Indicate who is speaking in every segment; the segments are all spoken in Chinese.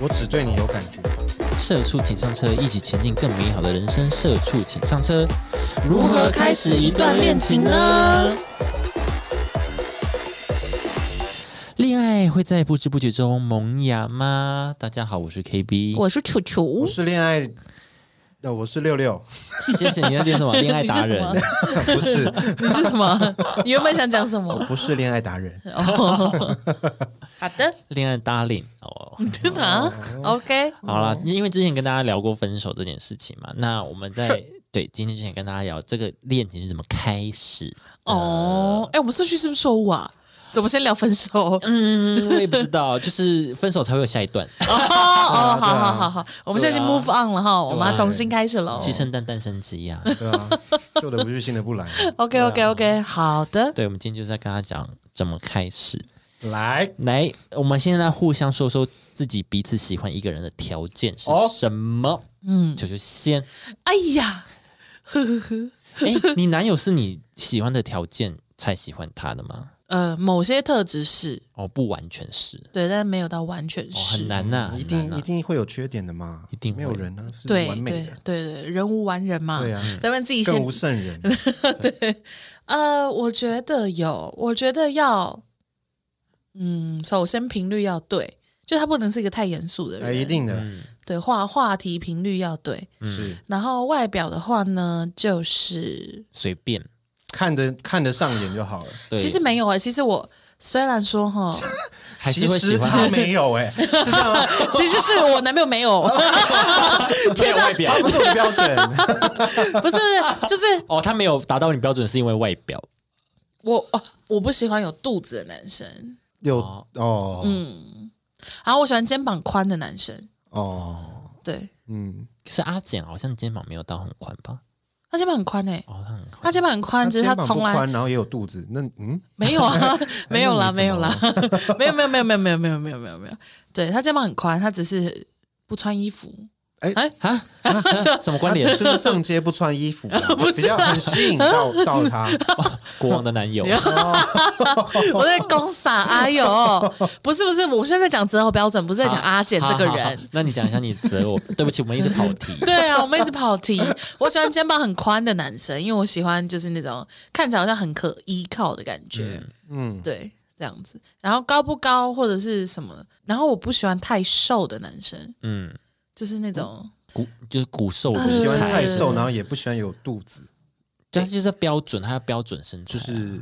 Speaker 1: 我只对你有感觉。
Speaker 2: 社畜请上车，一起前进更美好的人生。社畜请上车，
Speaker 3: 如何开始一段恋情呢？
Speaker 2: 恋爱会在不知不觉中萌芽吗？大家好，我是 KB，
Speaker 3: 我是楚
Speaker 1: 我
Speaker 3: 楚，
Speaker 1: 是恋爱，呃，我是六六，
Speaker 2: 谢谢你要练什么恋爱
Speaker 3: 你是
Speaker 2: 达人
Speaker 3: 什么？
Speaker 1: 不是，
Speaker 3: 你是什 么？你原本想讲什
Speaker 1: 我
Speaker 3: 么？
Speaker 1: 不是恋爱达 人。
Speaker 3: 哦，好的，
Speaker 2: 恋爱 darling 哦。
Speaker 3: 真的啊，OK，
Speaker 1: 哦
Speaker 2: 好啦，
Speaker 3: 嗯
Speaker 2: 因为之前跟大家聊过分手这件事情嘛，那我们在
Speaker 3: 是
Speaker 2: 对今天之前跟大家聊这个恋情是怎么开始的
Speaker 1: 呃
Speaker 3: 哦，哎，我们顺序是不是错误啊？怎么先聊分手？ 哦，
Speaker 2: 嗯，我也不知道，就是分手才会有下一段，
Speaker 3: 哦，好
Speaker 1: 对啊啊
Speaker 3: 好好好，我们现在已经 move on 了哈，我们要重新开始喽。
Speaker 2: 鸡生蛋，蛋生鸡呀、
Speaker 1: 对啊，旧的不去，新的不来。
Speaker 3: OK
Speaker 1: 啊
Speaker 3: OK OK，好的，
Speaker 2: 对，我们今天就是在跟他讲怎么开始。
Speaker 1: 来，
Speaker 2: 来，我们现在互相说说自己彼此喜欢一个人的条件是
Speaker 1: 哦
Speaker 2: 什么？嗯，球球先，
Speaker 3: 哎呀，
Speaker 2: 哎，你男友是你喜欢的条件才喜欢他的吗？
Speaker 3: 呃，某些特质是
Speaker 2: 哦，不完全是，
Speaker 3: 对，但没有到完全
Speaker 2: 哦，
Speaker 3: 是
Speaker 2: 很。难呐、
Speaker 1: 啊一
Speaker 2: 很
Speaker 1: 定
Speaker 2: 难
Speaker 1: 一
Speaker 2: 呐
Speaker 1: 定会有缺点的嘛，
Speaker 2: 一定会
Speaker 1: 没有人呢是
Speaker 3: 对
Speaker 1: 完美
Speaker 3: 对
Speaker 1: 的，
Speaker 3: 对对，人无完人嘛，
Speaker 1: 对啊，
Speaker 2: 嗯
Speaker 3: 咱们自己
Speaker 1: 更
Speaker 3: 先
Speaker 1: 无圣 人。
Speaker 3: 呃，我觉得有，我觉得要，嗯，首先频率要对，就他不能是一个太严肃的人，
Speaker 1: 哎，一定的
Speaker 2: 嗯，
Speaker 3: 对话话题频率要对，
Speaker 1: 是
Speaker 3: 然后外表的话呢，就是
Speaker 2: 随便。
Speaker 1: 看得看得上眼就好了。
Speaker 2: 对，
Speaker 3: 其实没有啊、其实我虽然 说哈，
Speaker 2: 还
Speaker 1: 其
Speaker 2: 是会喜
Speaker 1: 实
Speaker 2: 欢
Speaker 1: 他
Speaker 2: 他
Speaker 1: 没有 哎，是这样吗？
Speaker 3: 其实是我男朋友 没有，
Speaker 2: 没有外表
Speaker 1: 他不是我标 准，
Speaker 3: 不是不是，就是
Speaker 2: 哦，他没有达到你标准是因为外表。
Speaker 3: 我哦，我不喜欢有肚子的男生，
Speaker 1: 有
Speaker 2: 哦
Speaker 1: 哦，嗯
Speaker 3: 然后我喜欢肩膀宽的男生，
Speaker 1: 哦，
Speaker 3: 对
Speaker 1: 嗯，
Speaker 2: 可是阿简好像肩膀没有到很宽吧？
Speaker 3: 他肩膀很宽哎、
Speaker 2: 哦，他很
Speaker 3: 他
Speaker 2: 宽。
Speaker 3: 肩膀很宽，只是他
Speaker 1: 肩膀不
Speaker 3: 从来
Speaker 1: 宽，然后也有肚子，那嗯，
Speaker 3: 没 有啊， 没有啦，
Speaker 1: 那
Speaker 3: 没
Speaker 1: 你
Speaker 3: 有
Speaker 1: 怎么
Speaker 3: 啦
Speaker 1: 了，
Speaker 3: 没有没有没有没有没有没有没有没有没有，对他肩膀很宽，他只是不穿衣服。
Speaker 1: 哎
Speaker 3: 哎，
Speaker 2: 啊啊啊 什么关联？
Speaker 1: 就是上街不穿衣 服，
Speaker 3: 不是
Speaker 1: 比
Speaker 2: 啊
Speaker 1: 较很吸引到到他。
Speaker 2: 国王的男友，
Speaker 1: 哦
Speaker 3: 我在攻傻，哎呦，不是不是，我现在在讲择偶标准，不是在
Speaker 1: 啊
Speaker 3: 讲阿简这个
Speaker 2: 好。好
Speaker 3: 人
Speaker 2: 好。那你讲一下你择偶，对不起，我们一直跑题。
Speaker 3: 对啊，我们一直跑题。我喜欢肩膀很宽的男生，因为我喜欢就是那种看起来好像很可依靠的感觉。
Speaker 1: 嗯，
Speaker 3: 对，这样子。然后高不高或者是什么，然后我不喜欢太瘦的男生，
Speaker 2: 嗯，
Speaker 3: 就是那种
Speaker 2: 骨就是骨瘦
Speaker 1: 不
Speaker 2: 如
Speaker 1: 喜
Speaker 3: 呃
Speaker 1: 欢
Speaker 2: 柴
Speaker 1: 太瘦，然后也不喜欢有肚子，
Speaker 2: 对，他就是标准，他要标准身材，
Speaker 1: 就是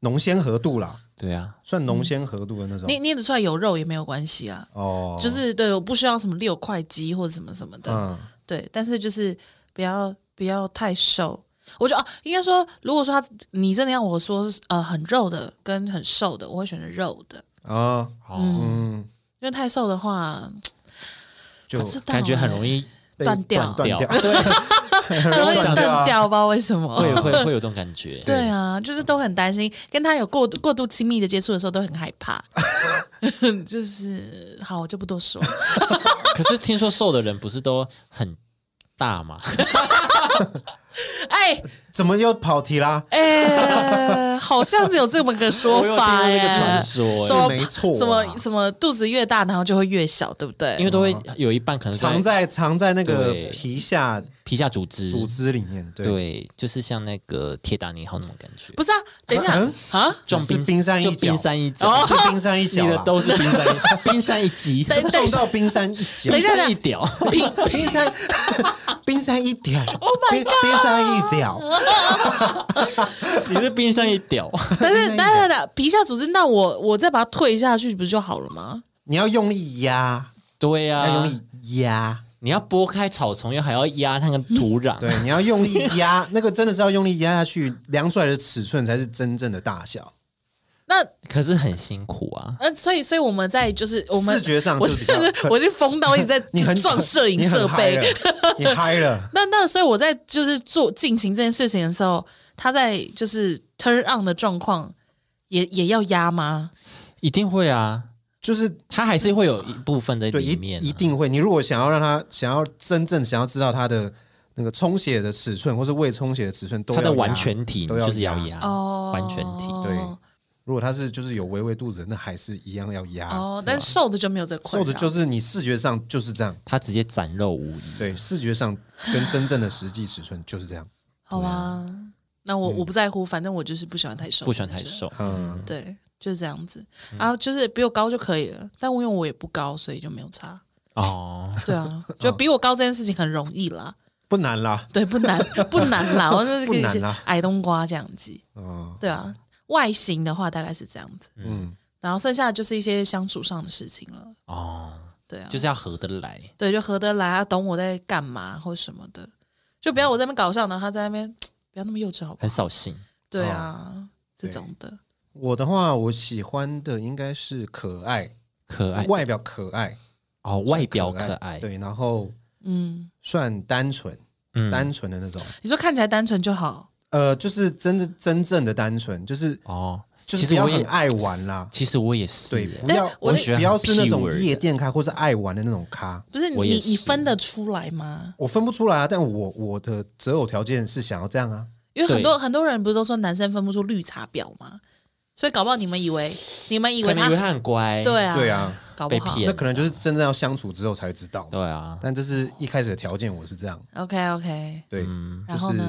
Speaker 1: 浓鲜合度啦，
Speaker 2: 对啊，
Speaker 1: 算浓鲜合度的
Speaker 2: 嗯
Speaker 1: 那种。
Speaker 3: 捏捏得出来有肉也没有关系啊。
Speaker 1: 哦，
Speaker 3: 就是对，我不需要什么六块肌或者什么什么的，
Speaker 1: 嗯，
Speaker 3: 对，但是就是不要不要太瘦。我觉得啊，应该说，如果说他你真的要我说呃很肉的跟很瘦的，我会选择肉的，
Speaker 1: 啊，
Speaker 2: 哦，
Speaker 1: 嗯，
Speaker 3: 因为太瘦的话，
Speaker 1: 就
Speaker 3: 不知道
Speaker 2: 感觉很容
Speaker 3: 易
Speaker 2: 易
Speaker 1: 被
Speaker 3: 断掉
Speaker 1: 断
Speaker 2: 掉
Speaker 1: 掉，哎哦
Speaker 3: 很容易
Speaker 1: 很容易断掉
Speaker 3: 断
Speaker 1: 啊
Speaker 3: 欸掉，不知道为什
Speaker 2: 会
Speaker 3: 么。
Speaker 2: 会会有这种感觉，
Speaker 1: 对
Speaker 3: 对啊，就是都很担心，跟他有过过度亲密的接触的时候都很害怕。 就是好，我就不多说。
Speaker 2: 可是听说瘦的人不是都很大嘛？
Speaker 3: 哎
Speaker 1: 怎么又跑题啦？
Speaker 3: 哎，好像只有这么个 说
Speaker 2: 我有听
Speaker 3: 法
Speaker 2: 过那个
Speaker 3: 哎
Speaker 2: 传。说欸，
Speaker 3: 说
Speaker 1: 没错啊
Speaker 3: 什么什么肚子越大，然后就会越小，对不对？
Speaker 2: 因为都会有一半可能
Speaker 1: 藏在藏在那个
Speaker 2: 对
Speaker 1: 皮下
Speaker 2: 皮下组织，
Speaker 1: 组织里面，对，
Speaker 2: 对，就是像那个铁达尼号那种感觉，
Speaker 3: 不是啊，等一下
Speaker 1: 嗯
Speaker 3: 啊，
Speaker 1: 只
Speaker 2: 撞
Speaker 1: 是
Speaker 2: 冰
Speaker 1: 冰山一
Speaker 2: 就
Speaker 1: 角
Speaker 2: 冰山一角，哦
Speaker 1: 只是冰山一
Speaker 2: 你
Speaker 1: 角
Speaker 2: 的
Speaker 1: 啦，
Speaker 2: 都是冰山一 冰山一级，
Speaker 3: 哦等 等
Speaker 1: 送
Speaker 3: 一下
Speaker 1: 到冰山一角
Speaker 3: 等
Speaker 2: 冰
Speaker 3: 一，下
Speaker 2: 山一屌，
Speaker 1: 冰山 冰山一角
Speaker 3: Oh
Speaker 1: 冰冰山一角，
Speaker 2: 你是冰山一屌，
Speaker 3: 但是但是的皮下组织，那我我再把它退下去不就好了吗？
Speaker 1: 你要用力压，
Speaker 2: 对呀、
Speaker 1: 要
Speaker 2: 啊，
Speaker 1: 用力压。
Speaker 2: 你要拨开草丛，又还要压那个土壤，
Speaker 1: 对，你要用力 压，那个真的是要用力压下去，量出来的尺寸才是真正的大小。
Speaker 3: 那
Speaker 2: 可是很辛苦啊。
Speaker 3: 呃，所以所以我们在就是我们
Speaker 1: 视觉上
Speaker 3: 我
Speaker 1: 就是比较
Speaker 3: 是我是疯到一直在
Speaker 1: 你很啊
Speaker 3: 撞摄影设备。，
Speaker 1: 你很嗨了，你嗨 了，
Speaker 3: 那那所以我在就是做进行这件事情的时候，他在就是 turn on 的状况也也要压吗？
Speaker 2: 一定会啊，
Speaker 1: 就是
Speaker 2: 它还是会有一部分在
Speaker 1: 对一
Speaker 2: 里面、啊
Speaker 1: 一。定会。你如果想要让它想要真正想要知道它的那个充血的尺寸，或是未充血的尺寸，都
Speaker 2: 它的
Speaker 1: 要压
Speaker 2: 完全体
Speaker 1: 都要
Speaker 2: 就是要压
Speaker 3: 哦，
Speaker 2: 完全体，
Speaker 1: 对如果他是就是有微微肚子，那还是一样要压。
Speaker 3: 哦，啊但瘦的就没有这
Speaker 1: 啊
Speaker 3: 困
Speaker 1: 瘦
Speaker 3: 扰，
Speaker 1: 的就是你视觉上就是这样，
Speaker 2: 他直接展露无遗。
Speaker 1: 对，视觉上跟真正的实际尺寸就是这样。
Speaker 3: 好吧。
Speaker 1: 啊
Speaker 3: 那我我不在乎，反正我就是不喜欢太瘦，
Speaker 2: 不喜欢太，瘦，
Speaker 1: 嗯，
Speaker 3: 对，就是这样子。然后就是比我高就可以了，但因为我也不高，所以就没 有差。
Speaker 2: 哦，
Speaker 3: 对啊，就比我高这件事情很容易啦，
Speaker 1: 不难啦。
Speaker 3: 对，不难不难啦，我就是
Speaker 1: 不
Speaker 3: 跟一
Speaker 1: 难
Speaker 3: 些
Speaker 1: 啦
Speaker 3: 矮冬瓜这样子。
Speaker 1: 嗯
Speaker 3: 对啊，外形的话大概是这样子，
Speaker 1: 嗯，
Speaker 3: 然后剩下的就是一些相处上的事情了。
Speaker 2: 哦，
Speaker 3: 对啊，
Speaker 2: 就是要合得来，
Speaker 3: 对，就合得来啊，懂我在干嘛或什么的，就
Speaker 1: 嗯
Speaker 3: 不要我在那边搞笑，然后他在那边不要那么幼稚好不
Speaker 2: 很
Speaker 3: 好？
Speaker 2: 扫兴。
Speaker 3: 对啊，这种的
Speaker 1: 我的话，我喜欢的应该是可爱，
Speaker 2: 可爱
Speaker 1: 外表可爱，
Speaker 2: 哦，外表可
Speaker 1: 可
Speaker 2: 爱，
Speaker 1: 对，然后
Speaker 3: 嗯，
Speaker 1: 算单纯，
Speaker 2: 嗯
Speaker 1: 单纯的那种。
Speaker 3: 你说看起来单纯就好，
Speaker 1: 呃，就是真的真正的单纯，就是
Speaker 2: 哦，
Speaker 1: 就
Speaker 2: 其
Speaker 1: 是不
Speaker 2: 实
Speaker 1: 要
Speaker 2: 我也
Speaker 1: 很爱玩啦，
Speaker 2: 其实我也是
Speaker 1: 对，
Speaker 2: 耶，
Speaker 1: 不
Speaker 3: 但
Speaker 1: 要
Speaker 3: 我
Speaker 2: 的
Speaker 1: 不要是那
Speaker 2: 我
Speaker 1: 种
Speaker 2: 觉得很 pure
Speaker 1: 夜店咖或是爱玩的那种咖，
Speaker 3: 不是
Speaker 2: 我
Speaker 3: 你
Speaker 2: 也
Speaker 3: 你
Speaker 2: 是
Speaker 3: 分得出来吗？
Speaker 1: 我分不出来啊。但我我的择偶条件是想要这样啊，
Speaker 3: 因为很多很多人不是都说男生分不出绿茶婊吗？所以搞不好你们以为你们以
Speaker 2: 可
Speaker 3: 为
Speaker 2: 能
Speaker 3: 他
Speaker 2: 以为他很乖，
Speaker 3: 对啊
Speaker 1: 对啊，
Speaker 3: 搞不好
Speaker 2: 被骗
Speaker 1: 那可能就是真正要相处之后才知道嘛。
Speaker 2: 对啊，
Speaker 1: 但就是一开始的条件我是这样，
Speaker 3: OK OK，
Speaker 1: 对，就
Speaker 2: 嗯
Speaker 3: 然后
Speaker 1: 是
Speaker 3: 呢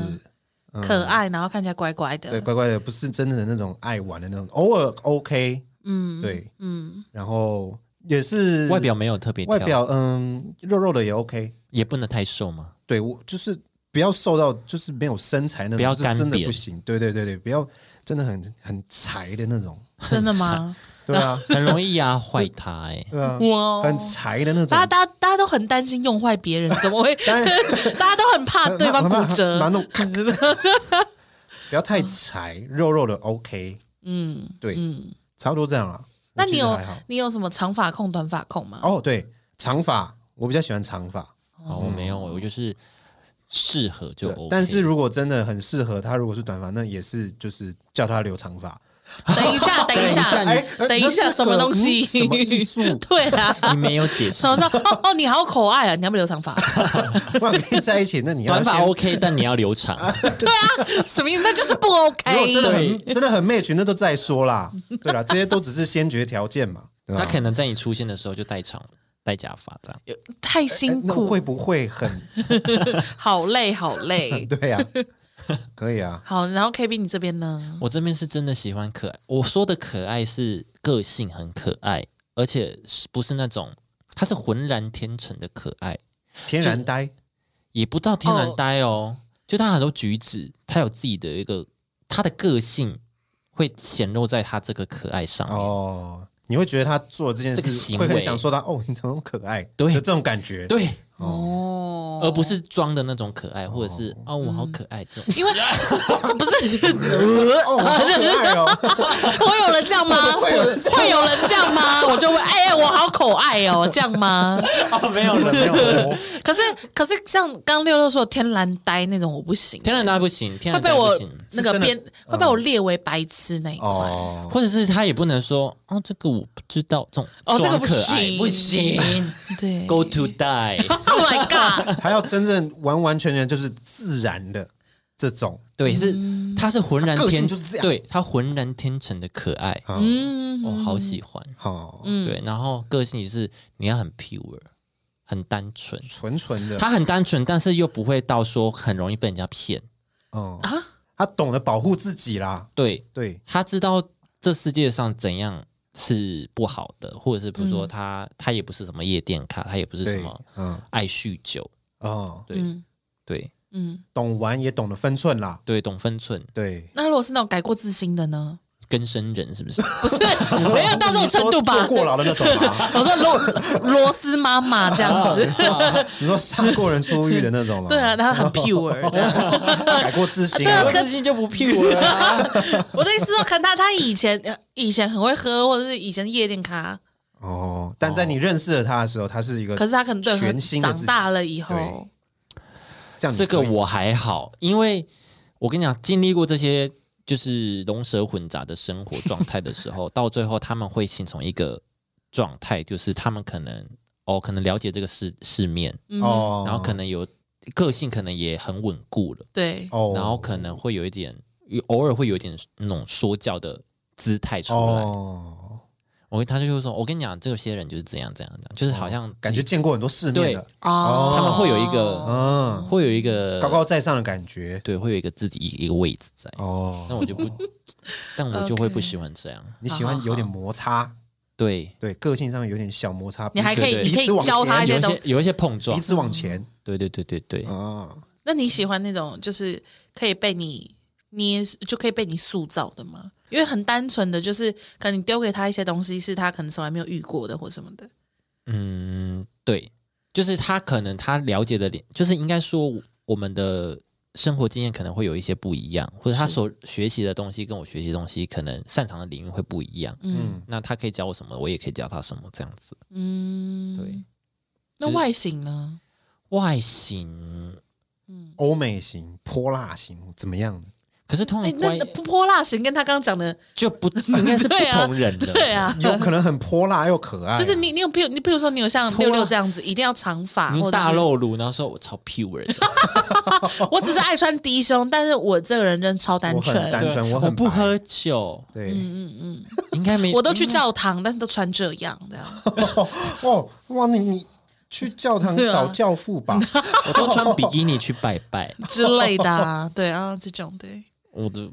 Speaker 3: 可爱，然后看起来乖乖的，
Speaker 1: 对乖乖的，不是真正的那种爱玩的那种，偶尔 OK，
Speaker 3: 嗯，
Speaker 1: 对，
Speaker 3: 嗯，
Speaker 1: 然后也是
Speaker 2: 外表没有特别
Speaker 1: 嗯外
Speaker 2: 挑
Speaker 1: 表嗯肉肉的也 OK，
Speaker 2: 也不能太瘦嘛，
Speaker 1: 对我就是不要瘦到就是没有身材那种，
Speaker 2: 不要
Speaker 1: 就是真
Speaker 2: 干
Speaker 1: 的
Speaker 2: 瘪
Speaker 1: 不行。对对对对，不要真的很很柴的那种。
Speaker 3: 真的吗？
Speaker 1: 对啊，
Speaker 2: 很容易压坏他 哎。
Speaker 1: 对啊，
Speaker 3: 哇哦
Speaker 1: 很柴的那种
Speaker 3: 大家。大家大家都很担心用坏别人，怎么会？ 大家都很怕对方骨折
Speaker 1: 蛮。弄，不要太柴，肉肉的 OK，
Speaker 3: 嗯，
Speaker 1: 对
Speaker 3: 嗯。
Speaker 1: 差不多这样啊。
Speaker 3: 那
Speaker 1: 我
Speaker 3: 你
Speaker 1: 觉得
Speaker 3: 有
Speaker 1: 还好
Speaker 3: 你有什么长发控、短发控吗？
Speaker 1: 哦？对，长发我比较喜欢长发，
Speaker 2: 哦，我没有，我就是适合就 OK。
Speaker 1: 嗯但是如果真的很适合他，如果是短发，那也是就是叫他留长发。
Speaker 3: 等一下， 等一下，
Speaker 1: 呃
Speaker 3: 等一
Speaker 1: 那
Speaker 3: 下，
Speaker 1: 这
Speaker 3: 什么
Speaker 1: 个
Speaker 3: 东西？
Speaker 1: 嗯什么艺术？
Speaker 3: 对啊，
Speaker 2: 你没有解释
Speaker 3: 然，后说哦哦，你好可爱啊！你要不要留长发？
Speaker 1: 不然可以在一起，那你要
Speaker 2: 短发哦
Speaker 1: 先
Speaker 2: OK，但你要留长，
Speaker 3: 什么意思？那就是 不
Speaker 1: 如果
Speaker 3: OK。
Speaker 1: 真的
Speaker 2: 哎
Speaker 1: 很真的很 match，那都再说啦。对啦，这些都只是先决条件 嘛，对吧？
Speaker 2: 他可能在你出现的时候就戴长戴假发这样。
Speaker 3: 太
Speaker 1: 哎
Speaker 3: 辛
Speaker 1: 那
Speaker 3: 苦
Speaker 1: 会，不会 很。
Speaker 3: 好累，好累
Speaker 1: 对啊？可以啊，
Speaker 3: 好，然后 KB 你这边呢？
Speaker 2: 我这边是真的喜欢可爱，我说的可爱是个性很可爱，而且是不是那种他是浑然天成的可爱，
Speaker 1: 天然呆，
Speaker 2: 也不到天然
Speaker 3: 哦
Speaker 2: 呆哦，就他很多举止，他有自己的一个他的个性会显露在他这个可爱上面。
Speaker 1: 哦，你会觉得他做这件
Speaker 2: 这个
Speaker 1: 事
Speaker 2: 行
Speaker 1: 会很
Speaker 2: 为
Speaker 1: 想说他哦，你怎么那么可爱？
Speaker 2: 对
Speaker 1: 的这种感觉，
Speaker 2: 对，
Speaker 3: 哦
Speaker 1: 呃
Speaker 2: 而不是装的那种可爱，或者是哦我好可爱这种。
Speaker 3: 因为 不是
Speaker 1: 哦，好可爱 哦，
Speaker 3: 会有人这样吗？ 会有人这样吗？我就会哎、我好可爱哦，这样吗？
Speaker 2: 哦，没有
Speaker 1: 没有没有哦
Speaker 3: 可是可是像刚六六说的天然呆那种，我不行，
Speaker 2: 天然呆不行，天
Speaker 3: 会
Speaker 2: 然
Speaker 3: 被
Speaker 2: 呆
Speaker 3: 我
Speaker 2: 不行，
Speaker 3: 那个
Speaker 1: 是真的
Speaker 3: 编会被我列为白痴那一块。
Speaker 1: 哦，
Speaker 2: 或者是他也不能说哦这个我不知道这种
Speaker 3: 哦这个
Speaker 2: 装
Speaker 3: 不
Speaker 2: 可爱
Speaker 3: 行
Speaker 2: 不行
Speaker 3: 对
Speaker 2: ，Go to die。
Speaker 3: Oh my god！
Speaker 1: 还要真正完完全全就是自然的这种，
Speaker 2: 对，是他是浑然
Speaker 1: 他个性
Speaker 2: 天
Speaker 1: 就是这样
Speaker 2: 对他浑然天成的可爱，
Speaker 3: 嗯，
Speaker 2: 我、哦好喜欢。
Speaker 1: 好
Speaker 2: 对，然后个性就是你要很 pure，很单纯，
Speaker 1: 纯纯的，
Speaker 2: 他很单纯，但是又不会到说很容易被人家骗。
Speaker 1: 嗯
Speaker 3: 啊
Speaker 1: 他懂得保护自己啦，
Speaker 2: 对
Speaker 1: 对，
Speaker 2: 他知道这世界上怎样是不好的，或者是比如说他、他也不是什么夜店咖，他也不是什
Speaker 1: 对
Speaker 2: 么，
Speaker 1: 嗯，
Speaker 2: 爱酗酒，
Speaker 1: 哦，
Speaker 2: 对、
Speaker 3: 嗯
Speaker 2: 对
Speaker 3: 嗯，
Speaker 1: 懂玩也懂得分寸啦，
Speaker 2: 对，懂分寸，
Speaker 1: 对。
Speaker 3: 那如果是那种改过自新的呢？
Speaker 2: 根生人是不是？
Speaker 3: 不是没有到这种程度
Speaker 1: 你
Speaker 3: 吧
Speaker 1: 说？坐过劳的那种 吗？
Speaker 3: 我说罗罗斯妈妈这样 子，
Speaker 1: 啊你说上过人出狱的那种吗？
Speaker 3: 对啊，，他很 pure 这样。
Speaker 1: 改过自新啊
Speaker 3: 对啊。
Speaker 2: 个性就不 pure 了、
Speaker 3: 我的意思是说，可能他他以前呃以前很会喝，或者是以前夜店咖，
Speaker 1: 哦，但在你认识了他的时候，他是一个，
Speaker 3: 可是他可能对
Speaker 1: 全新的自
Speaker 3: 长
Speaker 1: 己
Speaker 3: 大了以后，
Speaker 1: 这样你
Speaker 2: 这个
Speaker 1: 可以
Speaker 2: 我还好，因为我跟你讲，经历过这些就是龙蛇混杂的生活状态的时候，到最后他们会形成一个状态，就是他们可能哦，可能了解这个世世面，
Speaker 3: 嗯，
Speaker 1: 哦，
Speaker 2: 然后可能有个性，可能也很稳固了，
Speaker 3: 对，
Speaker 1: 哦，
Speaker 2: 然后可能会有一点，偶尔会有一点那种说教的姿态出来。
Speaker 1: 哦，
Speaker 2: 我跟他就会说，我跟你讲，这些人就是这样这样这样，就是好像
Speaker 1: 感觉见过很多世面的，
Speaker 3: 哦
Speaker 2: 他们会有一个
Speaker 1: 嗯，
Speaker 2: 会有一个
Speaker 1: 高高在上的感觉。
Speaker 2: 对，会有一个自己一一个位置在。那
Speaker 1: 哦，
Speaker 2: 我就 不，但我就会不喜欢这样。
Speaker 1: 你喜欢有点摩擦，
Speaker 2: 对，
Speaker 1: 对，个性上面有点小摩擦，
Speaker 3: 你还可以，
Speaker 2: 对
Speaker 3: 你可
Speaker 1: 彼此
Speaker 3: 以
Speaker 1: 往前
Speaker 3: 教他
Speaker 2: 有
Speaker 3: 一些
Speaker 2: 一
Speaker 3: 东
Speaker 2: 些有一些碰撞
Speaker 1: 彼。此往前
Speaker 2: 对对对对
Speaker 3: 嗯
Speaker 2: 对，
Speaker 1: 啊。
Speaker 3: 那你喜欢那种就是可以被你捏，就可以被你塑造的吗？因为很单纯的就是，可能你丢给他一些东西，是他可能从来没有遇过的，或什么的。
Speaker 2: 嗯，对，就是他可能他了解的点，就是应该说我们的生活经验可能会有一些不一样，或者他
Speaker 3: 是
Speaker 2: 所学习的东西跟我学习的东西可能擅长的领域会不一样。
Speaker 3: 嗯
Speaker 2: 那他可以教我什么，我也可以教他什么，这样子。
Speaker 3: 嗯，
Speaker 2: 对。
Speaker 3: 那外形呢？
Speaker 2: 外形，
Speaker 1: 欧美型、泼辣型怎么样？
Speaker 2: 可是通
Speaker 3: 哎、
Speaker 2: 常关
Speaker 3: 那那泼辣型跟他刚刚讲的，
Speaker 2: 就 不应该是不
Speaker 3: 对啊
Speaker 2: 同人的，
Speaker 3: 对啊，
Speaker 1: 有可能很泼辣又可爱啊，
Speaker 3: 就是你，你有，比如你，比如说你有像
Speaker 2: 泼辣
Speaker 3: 六六这样子，一定要长发，
Speaker 2: 你
Speaker 3: 啊或者
Speaker 2: 大
Speaker 3: 是
Speaker 2: 露乳，然后说我超 pure 的，
Speaker 3: 我只是爱穿低胸，但是我这个人真的超单
Speaker 1: 我很
Speaker 3: 纯，
Speaker 1: 单纯
Speaker 2: 对
Speaker 1: 我
Speaker 2: 我
Speaker 1: 很
Speaker 2: 不
Speaker 1: 白
Speaker 2: 喝酒，
Speaker 1: 对
Speaker 3: 嗯
Speaker 2: 应该没， 嗯
Speaker 3: 我都去
Speaker 2: 应该
Speaker 3: 教堂，但是都穿这样这样。
Speaker 1: 哦哇，你你去教堂
Speaker 3: 嗯 对啊
Speaker 1: 找教父 吧，
Speaker 2: 我都穿比基尼去拜拜，
Speaker 3: 之类的、啊，对啊，这种对。
Speaker 2: 我 的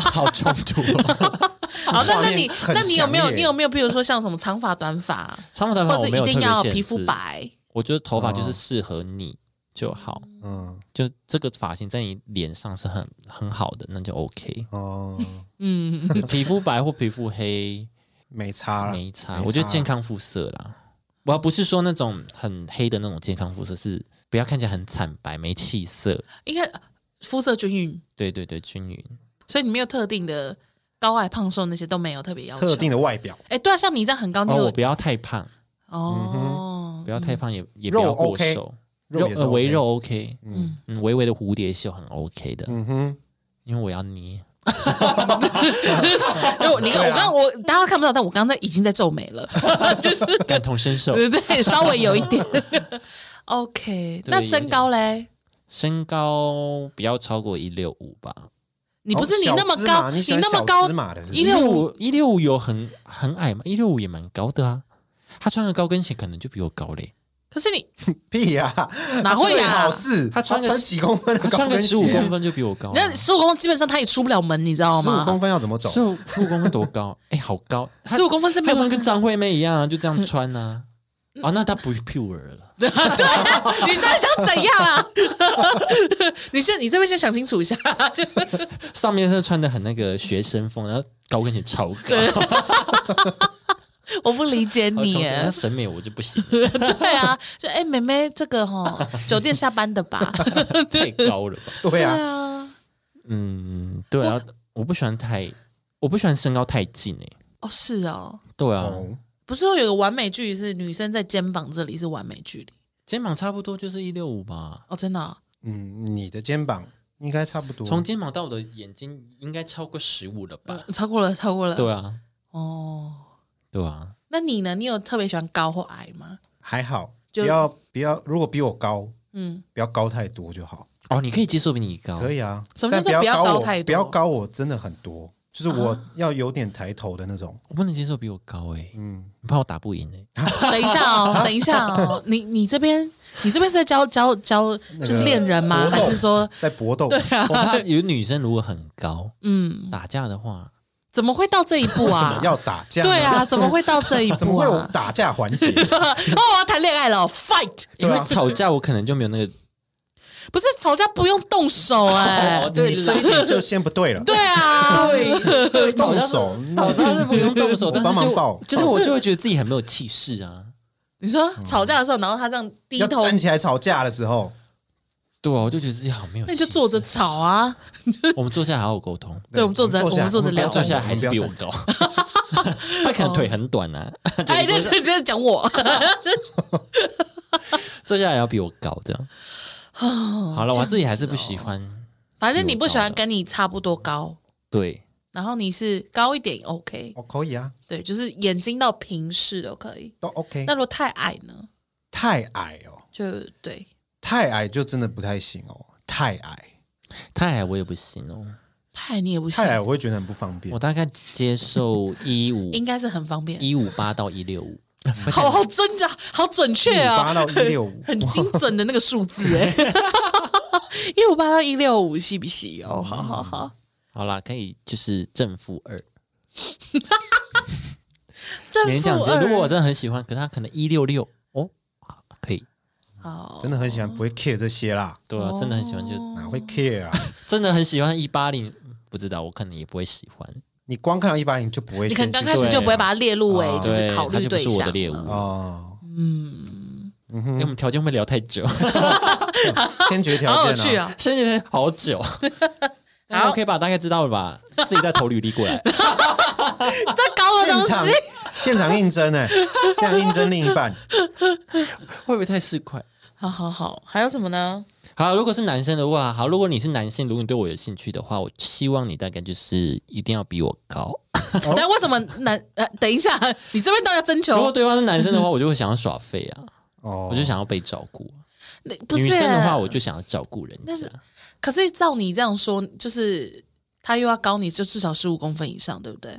Speaker 2: 好冲突、哦。
Speaker 3: 好，那
Speaker 1: 画
Speaker 3: 那
Speaker 1: 面
Speaker 3: 你
Speaker 1: 很
Speaker 3: 那你有没有
Speaker 1: 强烈哦
Speaker 3: 你有没有，比如说像什么长发、短发，
Speaker 2: 长发短
Speaker 3: 或
Speaker 2: 发
Speaker 3: 是
Speaker 2: 我没
Speaker 3: 一
Speaker 2: 有特
Speaker 3: 定
Speaker 2: 别
Speaker 3: 要
Speaker 2: 限
Speaker 3: 皮肤
Speaker 2: 制，
Speaker 3: 白？
Speaker 2: 我觉得头发就是适合你就好，
Speaker 1: 嗯
Speaker 2: 就这个发型在你脸上是很很好的，那就 OK。
Speaker 1: 哦，
Speaker 3: 嗯，
Speaker 2: 皮肤白或皮肤黑
Speaker 1: 没差了，
Speaker 2: 没差，我觉得健康肤色啦。我不是说那种很黑的那种健康肤色，是不要看起来很惨白、没气色。
Speaker 3: 应该肤色均匀，
Speaker 2: 对对对，均匀。
Speaker 3: 所以你没有特定的高矮胖瘦那些都没有特别要求。
Speaker 1: 特定的外表，
Speaker 3: 哎，对啊，像你这样很高，你
Speaker 2: 哦，我
Speaker 3: 有
Speaker 2: 不要太胖，
Speaker 1: 嗯
Speaker 3: 哦，
Speaker 2: 不要太胖，也也不要
Speaker 1: 肉
Speaker 2: 过
Speaker 1: OK，
Speaker 2: 瘦。
Speaker 1: 肉也是
Speaker 2: 呃
Speaker 1: OK
Speaker 2: 围肉 OK，
Speaker 3: 嗯
Speaker 2: 嗯嗯，微微的蝴蝶袖很 OK 的，
Speaker 1: 嗯哼，
Speaker 2: 因为我要捏。
Speaker 3: 因为我你看
Speaker 1: 对
Speaker 3: 我
Speaker 1: 啊
Speaker 3: 刚我大家看不到，但我刚刚已经在皱眉了， 就是
Speaker 2: 感同身受。
Speaker 3: 对对，稍微有一点。OK，
Speaker 2: 对
Speaker 3: 那身高嘞？
Speaker 2: 身高不要超过一六五吧，
Speaker 3: 你不是
Speaker 1: 哦
Speaker 3: 你那么
Speaker 1: 小芝麻
Speaker 3: 高，
Speaker 1: 你喜欢
Speaker 3: 你那么
Speaker 1: 小
Speaker 3: 高
Speaker 1: 芝，麻的是不
Speaker 3: 一
Speaker 1: 是
Speaker 3: 六
Speaker 2: 五一六五有很很矮吗？一六五也蛮高的啊。他穿个高跟鞋可能就比我高嘞，
Speaker 3: 可是 你
Speaker 1: 屁呀，
Speaker 3: 哪会
Speaker 1: 最
Speaker 3: 啊
Speaker 1: 好？是
Speaker 2: 他穿个
Speaker 1: 穿几公分
Speaker 2: 他
Speaker 1: 的高
Speaker 2: 穿个
Speaker 1: 跟
Speaker 2: 十五公
Speaker 1: 鞋，
Speaker 2: 分就比我高啊、
Speaker 3: 那十五公分基本上他也出不了门，你知道
Speaker 1: 十五
Speaker 3: 吗
Speaker 1: 公？分要怎么走？
Speaker 2: 十五十五公分多高？哎、好高！他
Speaker 3: 十五公分是没
Speaker 2: 他
Speaker 3: 有
Speaker 2: 们跟张惠妹一样啊，就这样穿啊。哦，那他不 pure 了。
Speaker 3: 对， 你到底想怎样啊？ 你现在你这边先想清楚一下， 就
Speaker 2: 上面是穿的很那个学生风，然后高跟鞋超高，
Speaker 3: 对我不理解
Speaker 2: 然后
Speaker 3: 你
Speaker 2: 从
Speaker 3: 耶
Speaker 2: 那。审美我就不 行，
Speaker 3: 对啊，就哎、妹妹，这个哈，酒店下班的 吧？
Speaker 1: 啊
Speaker 2: 太高了吧？
Speaker 1: 对
Speaker 3: 对
Speaker 1: 啊，
Speaker 3: 啊，
Speaker 2: 嗯，对啊，我不喜欢太，我不喜欢身高太近欸诶、
Speaker 3: 哦是哦，
Speaker 2: 对啊，
Speaker 1: 哦，
Speaker 3: 不是说有个完美距离是女生在肩膀这里是完美距离
Speaker 2: 肩膀差不多就是一六五吧，
Speaker 3: 哦，真的哦、
Speaker 1: 嗯，你的肩膀应该差不多，
Speaker 2: 从肩膀到我的眼睛应该超过十五了吧？
Speaker 3: 超过了，超过了。
Speaker 2: 对啊，
Speaker 3: 哦，
Speaker 2: 对啊，
Speaker 3: 那你呢？你有特别喜欢高或矮吗？
Speaker 1: 还好，
Speaker 3: 就
Speaker 1: 不要不要，如果比我高，
Speaker 3: 嗯，
Speaker 1: 不要高太多就好。
Speaker 2: 哦，你可以接受比你高，
Speaker 1: 可以啊，
Speaker 3: 什么
Speaker 1: 但
Speaker 3: 叫做
Speaker 1: 不要
Speaker 3: 不要
Speaker 1: 高
Speaker 3: 高太
Speaker 1: 我，
Speaker 3: 多啊
Speaker 1: 不要高我真的很多，就是我要有点抬头的那种。
Speaker 2: 我不能接受比我高诶、
Speaker 1: 嗯，
Speaker 2: 你怕我打不赢诶、欸
Speaker 3: 等一下哦，等一下哦，你你这边你这边是在教教教，
Speaker 1: 那个
Speaker 3: 就是恋人吗？
Speaker 1: 搏
Speaker 3: 还
Speaker 1: 斗
Speaker 3: 是说，
Speaker 1: 在搏斗，
Speaker 3: 啊
Speaker 2: 我怕有女生如果很高
Speaker 3: 嗯，
Speaker 2: 打架的话，
Speaker 3: 怎么会到这一步
Speaker 1: 为什
Speaker 3: 啊
Speaker 1: 么？要打架？
Speaker 3: 对，啊，怎么会到这一
Speaker 1: 怎么
Speaker 3: 步
Speaker 1: 会有
Speaker 3: 啊？
Speaker 1: 打架环节？
Speaker 3: 哦，我要谈恋爱了，fight！
Speaker 2: 因
Speaker 1: 对啊
Speaker 2: 为吵架我可能就没有 那个，
Speaker 3: 不是吵架不用动手哎、
Speaker 2: 哦
Speaker 1: 对，
Speaker 2: 你
Speaker 1: 这
Speaker 2: 懒
Speaker 1: 一点就先不对了。
Speaker 3: 对啊，
Speaker 2: 对
Speaker 1: 动
Speaker 2: 吵架是
Speaker 1: 手嗯
Speaker 2: 吵架是不用动手，
Speaker 1: 我
Speaker 2: 但
Speaker 1: 帮
Speaker 2: 是
Speaker 1: 忙
Speaker 2: 就
Speaker 1: 抱
Speaker 2: 就是
Speaker 3: 哦
Speaker 2: 我就会觉得自己很没有气势啊。
Speaker 3: 你说吵架的时候，然后他这样低
Speaker 1: 嗯要
Speaker 3: 头，
Speaker 1: 站起来吵架的时候，
Speaker 2: 对啊，我就觉得自己好没有气
Speaker 3: 那
Speaker 2: 势。
Speaker 3: 你就坐着吵啊。
Speaker 2: 我们坐下来好好沟通。
Speaker 3: 对我们坐着
Speaker 1: 下
Speaker 3: 我们坐着
Speaker 1: 不
Speaker 3: 聊
Speaker 1: 要站
Speaker 2: 他坐
Speaker 1: 起
Speaker 2: 下
Speaker 1: 来
Speaker 2: 来还是比我高， 他可能腿很短啊，
Speaker 3: 哎，对对，对在讲我。
Speaker 2: 坐下来要比我高这样。好
Speaker 3: 哦
Speaker 2: 了，我自己还是不喜欢。
Speaker 3: 反正你不喜欢跟你差不多高，
Speaker 2: 对，
Speaker 3: 然后你是高一点也 OK，
Speaker 1: 哦，可以啊，
Speaker 3: 对，就是眼睛到平视都可以。
Speaker 1: 都 OK
Speaker 3: 那。如果太矮呢？
Speaker 1: 太矮哦，
Speaker 3: 就对，
Speaker 1: 太矮就真的不太行哦，太矮。
Speaker 2: 太矮我也不行哦。
Speaker 3: 太矮你也不行
Speaker 1: 太，矮我会觉得很不方便
Speaker 2: 我。大概接受一五
Speaker 3: 应该是很方便。
Speaker 2: 一五八到一六五，
Speaker 3: 好好准啊，好准确
Speaker 1: 八
Speaker 3: 啊，
Speaker 1: 到一六五，
Speaker 3: 很精准的那个 数字哎、一五八到一六五，细不细？
Speaker 2: 嗯
Speaker 3: 哦，好好好，
Speaker 2: 好啦，可以就是正负二。
Speaker 3: 正
Speaker 2: 勉强
Speaker 3: 负
Speaker 2: 这，
Speaker 3: 二，
Speaker 2: 如果我真的很喜欢，可是他可能一六六哦，好可以。
Speaker 3: 好，
Speaker 1: 真的很喜欢，不会 care 这些啦，
Speaker 2: 对啊，真的很喜欢就
Speaker 1: 哪
Speaker 3: 哦
Speaker 1: 会 care 啊？
Speaker 2: 真的很喜欢一八零，不知道我可能也不会喜欢。
Speaker 1: 你光看到一八零就不会
Speaker 3: 你
Speaker 1: 先
Speaker 3: 可
Speaker 1: 去，
Speaker 3: 能刚开始就不会把它列入为
Speaker 1: 对
Speaker 3: 就是考虑
Speaker 2: 啊对
Speaker 3: 对
Speaker 2: 它就不是我
Speaker 3: 象
Speaker 2: 的猎物
Speaker 3: 了。
Speaker 1: 哦，
Speaker 3: 嗯，
Speaker 2: 因为我们条件会聊太 久，
Speaker 1: 先决
Speaker 3: 好
Speaker 1: 条
Speaker 3: 有趣
Speaker 1: 件啊，
Speaker 3: 啊！
Speaker 2: 生日好久，然后可以把大概知道了吧？自己再投履历过 来，
Speaker 3: 这高的
Speaker 1: 现
Speaker 3: 东
Speaker 1: 场
Speaker 3: 西，
Speaker 1: 现场应征哎，现场应征另一半，
Speaker 2: 会不会太市侩？
Speaker 3: 好好好，还有什么呢？
Speaker 2: 好，如果是男生的话，好，如果你是男性，如果你对我有兴趣的话，我希望你大概就是一定要比我高。
Speaker 1: 哦
Speaker 3: 但为什么男呃，等一下，你这边到底要征
Speaker 2: 如果
Speaker 3: 求？
Speaker 2: 对方是男生的话，我就会想要耍废啊，
Speaker 1: 哦，
Speaker 2: 我就想要被照顾。
Speaker 3: 你不是啊
Speaker 2: 女生的话，我就想要照顾人
Speaker 3: 但
Speaker 2: 家
Speaker 3: 是。可是照你这样说，就是他又要高，你就至少十五公分以上，对不对？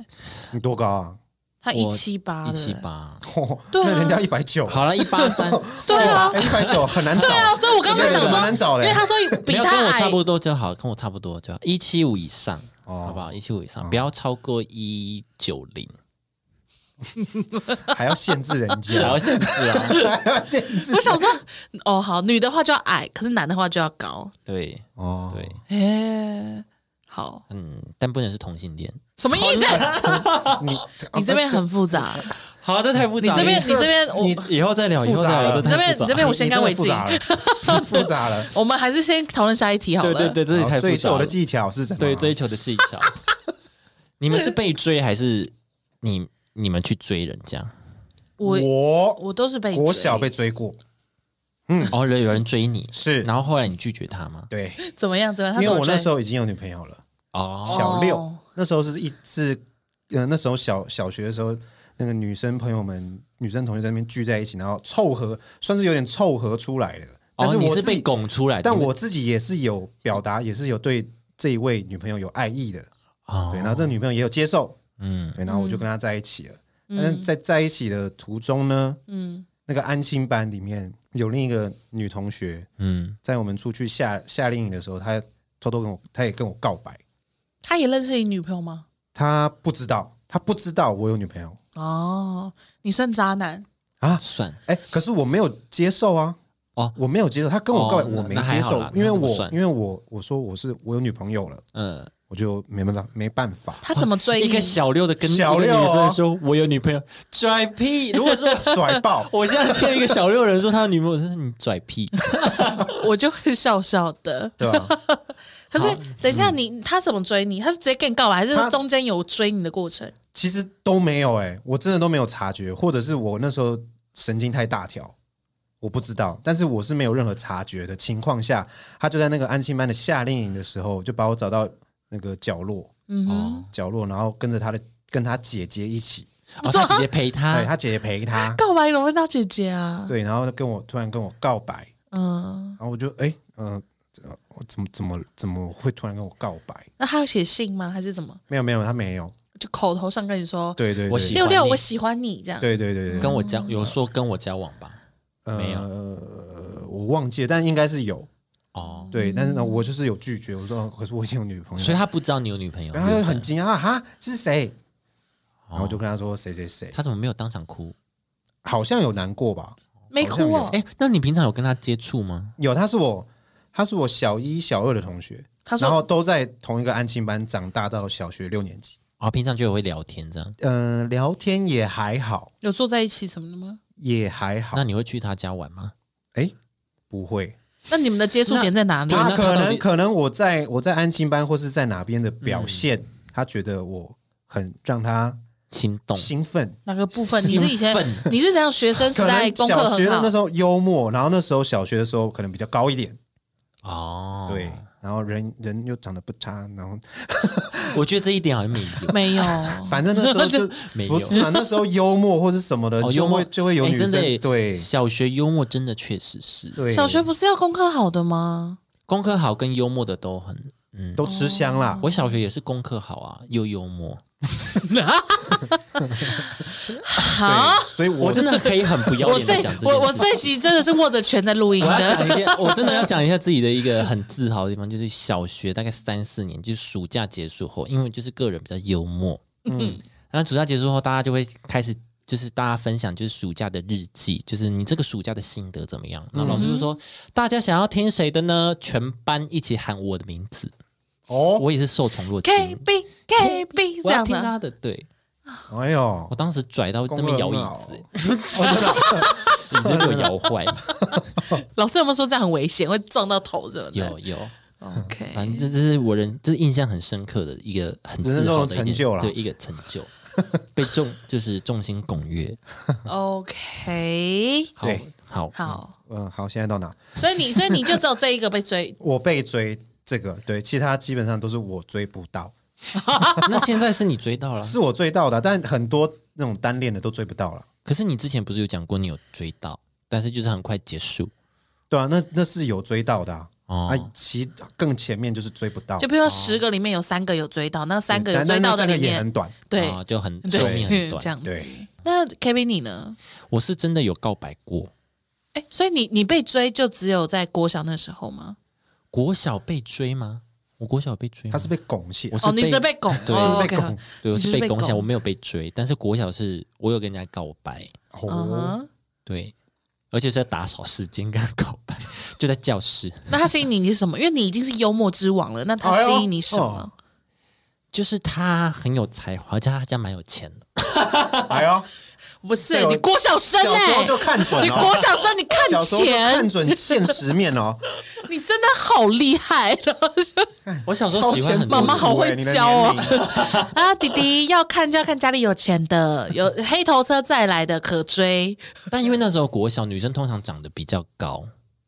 Speaker 1: 你多高啊？
Speaker 3: 他
Speaker 2: 我
Speaker 3: 一七八，
Speaker 2: 一
Speaker 3: 对
Speaker 2: 七
Speaker 3: 不对
Speaker 2: 八，
Speaker 1: 哦
Speaker 3: 对啊
Speaker 1: 那人家一百九，哎
Speaker 2: 好了，一八三，
Speaker 3: 对啊，
Speaker 1: 一百九很难找，
Speaker 3: 对啊，所以我刚刚想
Speaker 1: 很难
Speaker 3: 说，
Speaker 1: 找
Speaker 3: 因为
Speaker 1: 嘞。
Speaker 3: 他说比
Speaker 2: 没有
Speaker 3: 他
Speaker 2: 跟我差
Speaker 3: 矮，
Speaker 2: 不多就好，跟我差不多就好，一七五以上，
Speaker 1: 哦
Speaker 2: 好不好？一七五以上，不要超过一九零，
Speaker 1: 还要限制人
Speaker 2: 然
Speaker 1: 家
Speaker 2: 后，限制啊。
Speaker 1: 还要限制
Speaker 3: 我想 说，哦，好，女的话就要矮，可是男的话就要高，
Speaker 2: 对
Speaker 1: 哦
Speaker 2: 对，，
Speaker 3: 哎，好，
Speaker 2: 嗯，但不能是同性恋。
Speaker 3: 什么意思？
Speaker 1: 你 哦
Speaker 3: 你这边很复杂，
Speaker 2: 好，这太复
Speaker 3: 你这边你
Speaker 1: 这
Speaker 3: 这边我
Speaker 1: 你
Speaker 2: 以后再聊，以后再聊，
Speaker 1: 复杂了
Speaker 2: 这太复杂
Speaker 3: 你这边你这边我先干为
Speaker 1: 复
Speaker 3: 敬，
Speaker 1: 杂 了，复杂了。
Speaker 3: 我们还是先讨论下一题好
Speaker 2: 对
Speaker 3: 了。
Speaker 2: 对对，这里
Speaker 1: 好
Speaker 2: 太复
Speaker 1: 追
Speaker 2: 杂
Speaker 1: 求
Speaker 2: 了
Speaker 1: 的。技巧是什么？啊
Speaker 2: 对追求的技 巧，你们是被追还是你你们去追人家？
Speaker 3: 我
Speaker 1: 我
Speaker 3: 我都是被
Speaker 1: 国
Speaker 3: 追
Speaker 1: 小被追过，
Speaker 2: 哦，有有人追你，
Speaker 1: 是
Speaker 2: 然后后来你拒绝他吗？
Speaker 1: 对，
Speaker 3: 怎么样怎么样？
Speaker 1: 因为我那时
Speaker 3: 候
Speaker 1: 候已经有女朋友了，
Speaker 2: 哦，
Speaker 1: 小六
Speaker 3: 哦，
Speaker 1: 那时候是一是呃那时候小小学的时候，那个女生朋友们、女生同学在那边聚在一起，然后凑合，算是有点凑合出来的。但
Speaker 2: 哦，
Speaker 1: 我
Speaker 2: 你
Speaker 1: 自
Speaker 2: 是
Speaker 1: 己
Speaker 2: 被拱出来的，
Speaker 1: 但
Speaker 2: 你们
Speaker 1: 我自己也是有表达，也是有对这一位女朋友有爱意的，
Speaker 2: 哦
Speaker 1: 对。然后这个女朋友也有接受，
Speaker 2: 嗯，
Speaker 1: 对，然后我就跟她在一起了。但是在在一起的途中呢，
Speaker 3: 嗯，
Speaker 1: 那个安心班里面有另一个女同学，
Speaker 2: 嗯，
Speaker 1: 在我们出去夏夏令营的时候，她偷偷跟我，她也跟我告白，
Speaker 3: 他也认识你女朋友吗？
Speaker 1: 她不知道，她不知道我有女朋友
Speaker 3: 哦，你算渣男，
Speaker 1: 啊。
Speaker 2: 算
Speaker 1: 哎，可是我没有接受啊。
Speaker 2: 哦
Speaker 1: 我没有接受，她跟我告白，
Speaker 2: 哦
Speaker 1: 我
Speaker 2: 那
Speaker 1: 没
Speaker 2: 那还
Speaker 1: 接
Speaker 2: 好
Speaker 1: 受
Speaker 2: 啦，
Speaker 1: 因为
Speaker 2: 那不
Speaker 1: 我
Speaker 2: 算
Speaker 1: 因为我我说我是我有女朋友了，
Speaker 2: 嗯，
Speaker 1: 我就没办法没办法。
Speaker 3: 他怎么追你？
Speaker 2: 一个小六的跟
Speaker 1: 小六
Speaker 2: 一个女
Speaker 1: 哦
Speaker 2: 生说我有女朋友，拽屁！如果说
Speaker 1: 甩 爆
Speaker 2: 我现在听一个小六人说他有女朋友，真是你拽屁，
Speaker 3: 我就会笑笑的。
Speaker 1: 对吧、
Speaker 3: 可是等一下
Speaker 2: 嗯
Speaker 3: 你他怎么追你？他是直接跟你告白，还是
Speaker 1: 他
Speaker 3: 中间有追你的过程？
Speaker 1: 其实都没有哎、我真的都没有察觉，或者是我那时候神经太大条，我不知道。但是我是没有任何察觉的情况下，他就在那个安庆班的夏令营的时候，就把我找到那个角落，
Speaker 3: 嗯哼，
Speaker 2: 哦，
Speaker 1: 角落，然后跟着他的跟他姐姐一起，
Speaker 2: 哦他
Speaker 3: 啊
Speaker 2: 直接
Speaker 1: 对
Speaker 2: 陪他，
Speaker 1: 他姐姐陪 他，
Speaker 3: 告白怎么会到姐姐啊？
Speaker 1: 对，然后跟我突然跟我告白，
Speaker 3: 嗯，
Speaker 1: 然后我就哎，嗯、呃这，我怎么怎么怎么会突然跟我告白？
Speaker 3: 那他有写信吗？还是怎么？
Speaker 1: 没有没有，他没有，
Speaker 3: 就口头上跟你说
Speaker 1: 对对
Speaker 2: 我
Speaker 1: 对
Speaker 2: 喜
Speaker 3: 六六，
Speaker 2: 欢你
Speaker 3: 我喜欢你这样。
Speaker 1: 对对对对，
Speaker 2: 跟我交有说跟我交往吧？
Speaker 1: 呃
Speaker 2: 没有
Speaker 1: 我忘记了，但应该是有。
Speaker 2: 哦，
Speaker 1: 对，但是呢，我就是有拒绝，我说哦可是我已经有女朋友，
Speaker 2: 所以他不知道你有女朋友，
Speaker 1: 然后他就
Speaker 2: 对不对
Speaker 1: 很惊讶啊哈是谁，然后我
Speaker 2: 哦
Speaker 1: 就跟他说谁谁谁，
Speaker 2: 他怎么没有当场哭？
Speaker 1: 好像有难过吧？
Speaker 3: 没
Speaker 1: 好像
Speaker 3: 哭
Speaker 1: 有
Speaker 3: 哦。
Speaker 2: 哎，那你平常有跟他接触吗？
Speaker 1: 有，他是我，他是我小一小二的同学，
Speaker 3: 他
Speaker 1: 然后
Speaker 3: 说
Speaker 1: 都在同一个安亲班长大到小学六年级，
Speaker 2: 哦，平常就有会聊天这样。
Speaker 1: 嗯、聊天也还好，
Speaker 3: 有坐在一起什么的吗？
Speaker 1: 也还好
Speaker 2: 那，你会去他家玩吗？
Speaker 1: 不会，
Speaker 3: 那你们的接触点在哪里？
Speaker 2: 那
Speaker 1: 他
Speaker 2: 他
Speaker 1: 可
Speaker 2: 到
Speaker 1: 能
Speaker 2: 底嗯
Speaker 1: 可能我在我在安亲班或是在哪边的表现，他觉得我很让他
Speaker 2: 心动，
Speaker 1: 兴奋，
Speaker 3: 哪个部分？你是以
Speaker 2: 兴
Speaker 3: 前
Speaker 2: 奋
Speaker 3: 你是怎样学生时
Speaker 1: 可
Speaker 3: 代
Speaker 1: 能
Speaker 3: 功课
Speaker 1: 小学
Speaker 3: 很
Speaker 1: 的
Speaker 3: 好
Speaker 1: 那？时候幽默，然后那时候小学的时候可能比较高一点。
Speaker 2: 哦，
Speaker 1: 对，，然后人人又长得不差，然后
Speaker 2: 我觉得这一点好像没有。
Speaker 3: 没有，
Speaker 1: 反正那时候 就
Speaker 2: 没有
Speaker 1: 不是嘛，那时候幽默或是什么的，就
Speaker 2: 哦，幽默
Speaker 1: 会就会有
Speaker 2: 哎
Speaker 1: 女
Speaker 2: 真
Speaker 1: 生
Speaker 2: 的耶
Speaker 1: 对
Speaker 2: 小学幽默真的确实是，
Speaker 1: 对
Speaker 3: 小学不是要功课好的吗？
Speaker 2: 功课好跟幽默的都很嗯，
Speaker 1: 都吃香啦。
Speaker 2: 我小学也是功课好啊，又幽默，
Speaker 3: 好，
Speaker 1: 对，所以我
Speaker 2: 啊我真的可以很不要
Speaker 3: 我
Speaker 2: 脸的
Speaker 3: 这
Speaker 2: 讲这件
Speaker 3: 我我
Speaker 2: 事
Speaker 3: 这集真的是握着拳在录音
Speaker 2: 我要
Speaker 3: 的，
Speaker 2: 讲一些，我真的要讲一下自己的一个很自豪的地方，就是小学大概三四年，就是暑假结束后，因为就是个人比较幽默，
Speaker 1: 嗯
Speaker 2: 然后暑假结束后，大家就会开始就是大家分享就是暑假的日记，就是你这个暑假的心得怎么样？然后老师
Speaker 3: 嗯
Speaker 2: 就说，大家想要听谁的呢？全班一起喊我的名字，
Speaker 1: 哦，
Speaker 2: 我也是受宠若
Speaker 3: K
Speaker 2: 惊，
Speaker 3: B K B 这
Speaker 2: 我要
Speaker 3: 样
Speaker 2: 听啊
Speaker 3: 的，
Speaker 2: 他的，对
Speaker 1: 哎呦
Speaker 2: 我，当时拽到那边摇椅子，
Speaker 1: 哦真的啊
Speaker 2: 椅子被我摇坏，
Speaker 3: 老师有没有说这样很危险，会撞到头什么的？
Speaker 2: 有有。
Speaker 3: ，OK，
Speaker 2: 反正这这是我人，这是印象很深刻的一个很自
Speaker 1: 人生中
Speaker 2: 豪
Speaker 1: 的
Speaker 2: 的一点
Speaker 1: 成就啦
Speaker 2: 对一个成就，被众就是众星拱月。
Speaker 3: OK，
Speaker 2: 好
Speaker 1: 对
Speaker 2: 好，
Speaker 3: 好，
Speaker 1: 嗯，好，现在到哪？
Speaker 3: 所以你所以你就只有这一个被 追，
Speaker 1: 我被追这个，对，其他基本上都是我追不到，
Speaker 2: 那现在是你追到了，
Speaker 1: 是我追到的，但很多那种单恋的都追不到了。
Speaker 2: 可是你之前不是有讲过你有追到，但是就是很快结束
Speaker 1: 对啊，那那是有追到的啊，
Speaker 2: 哦。
Speaker 1: 啊，其更前面就是追不到
Speaker 3: 就，比如说十个里面有三个有追到，那三个有
Speaker 1: 但
Speaker 3: 追
Speaker 1: 但那
Speaker 3: 到的
Speaker 1: 三个
Speaker 3: 里
Speaker 1: 也
Speaker 3: 面
Speaker 1: 很，短，
Speaker 3: 对
Speaker 2: 啊就很寿命很
Speaker 3: 对，嗯这
Speaker 2: 短。
Speaker 3: 样子
Speaker 1: 对。
Speaker 3: 那 K B 你呢？
Speaker 2: 我是真的有告白过，
Speaker 3: 哎，所以你你被追就只有在郭晓那时候吗？
Speaker 2: 国小被追吗？我国小被追吗，
Speaker 1: 他是被拱起来
Speaker 2: 我，是
Speaker 3: 哦，你是被拱，
Speaker 2: 对
Speaker 3: 哦
Speaker 1: 被
Speaker 3: OK，
Speaker 1: 拱
Speaker 2: 对我
Speaker 3: 你
Speaker 2: 是
Speaker 3: 是
Speaker 2: 被
Speaker 3: 被
Speaker 2: 拱下，
Speaker 3: 拱
Speaker 2: 我没有被追，但是国小是我有跟人家告白，
Speaker 3: 嗯
Speaker 1: 哦，
Speaker 3: 哼，
Speaker 2: 对，而且是在打扫时间跟 他告白，就在教室。
Speaker 3: 那他吸引你是什么？因为你已经是幽默之王了，那他吸引你什
Speaker 1: 哎呦
Speaker 3: 么？
Speaker 2: 就是他很有才华，而且他家蛮有钱的。
Speaker 1: 哎呦，
Speaker 3: 不是
Speaker 1: 这个
Speaker 3: 你郭晓生
Speaker 1: 小时候
Speaker 3: 哎，
Speaker 1: 就看准
Speaker 3: 你
Speaker 1: 了
Speaker 3: 郭
Speaker 1: 哦，
Speaker 3: 晓生你看
Speaker 1: 小时候就看
Speaker 3: 钱，
Speaker 1: 准现实面哦，
Speaker 3: 你真的好厉害！然后就
Speaker 2: 我小时候喜欢很多
Speaker 3: 妈妈好会教哦
Speaker 1: 超前部署哎你的年龄
Speaker 3: 啊，弟弟要看就要看家里有钱的，有黑头车再来的可追。
Speaker 2: 但因为那时候国小女生通常长得比较高，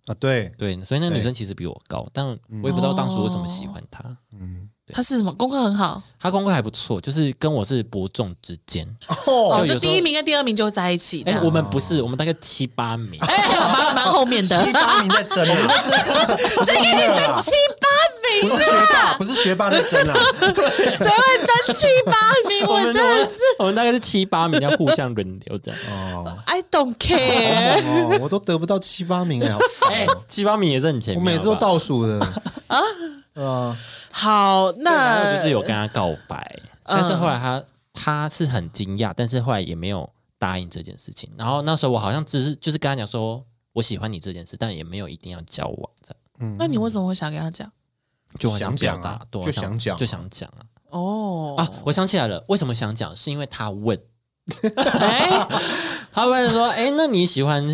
Speaker 1: 啊，对，
Speaker 2: 对，所以那个女生其实比我高，但我也不知道当时为什么喜欢她。
Speaker 1: 嗯，
Speaker 3: 他是什么功课很好
Speaker 2: 她功课还不错，就是跟我是伯仲之间。
Speaker 1: 哦，
Speaker 3: 哦，
Speaker 2: 就有时
Speaker 3: 就
Speaker 2: 候
Speaker 3: 第一名跟第二名就会在一起这
Speaker 2: 哎、
Speaker 3: 样。
Speaker 2: 我们不是，我们大概七八名。
Speaker 3: 哎、蛮蛮后面的，
Speaker 1: 七八名在争啊，
Speaker 3: 谁给你争七
Speaker 1: 不
Speaker 3: 八名
Speaker 1: 是学霸，不是学霸在争啊，
Speaker 3: 啊？ 谁会争七八名？我真的是
Speaker 2: 我们大概是七八名，要互相轮流这样。
Speaker 1: 哦。
Speaker 3: I don't care
Speaker 1: 哦，我都得不到七八名哎，好烦
Speaker 2: 哎、
Speaker 1: 哦
Speaker 2: 七八名也是很前
Speaker 1: 我
Speaker 2: 面。
Speaker 1: 每次都
Speaker 2: 好不好
Speaker 1: 倒数的啊，
Speaker 3: 好，
Speaker 2: 然后
Speaker 3: 那
Speaker 2: 就是有跟他告白，但是后来他他是很惊讶，但是后来也没有答应这件事情。然后那时候我好像只是就是跟他讲说我喜欢你这件事，但也没有一定要交往这样，
Speaker 1: 嗯，
Speaker 3: 那你为什么会想跟他讲？
Speaker 2: 就我
Speaker 1: 想讲
Speaker 2: 表达
Speaker 1: 啊，
Speaker 2: 对，
Speaker 1: 就
Speaker 2: 我
Speaker 1: 想讲啊
Speaker 2: 就想讲啊
Speaker 3: 哦
Speaker 2: 啊！我想起来了，为什么想讲？是因为他问，
Speaker 3: 哎，
Speaker 2: 他问说，哎，那你喜欢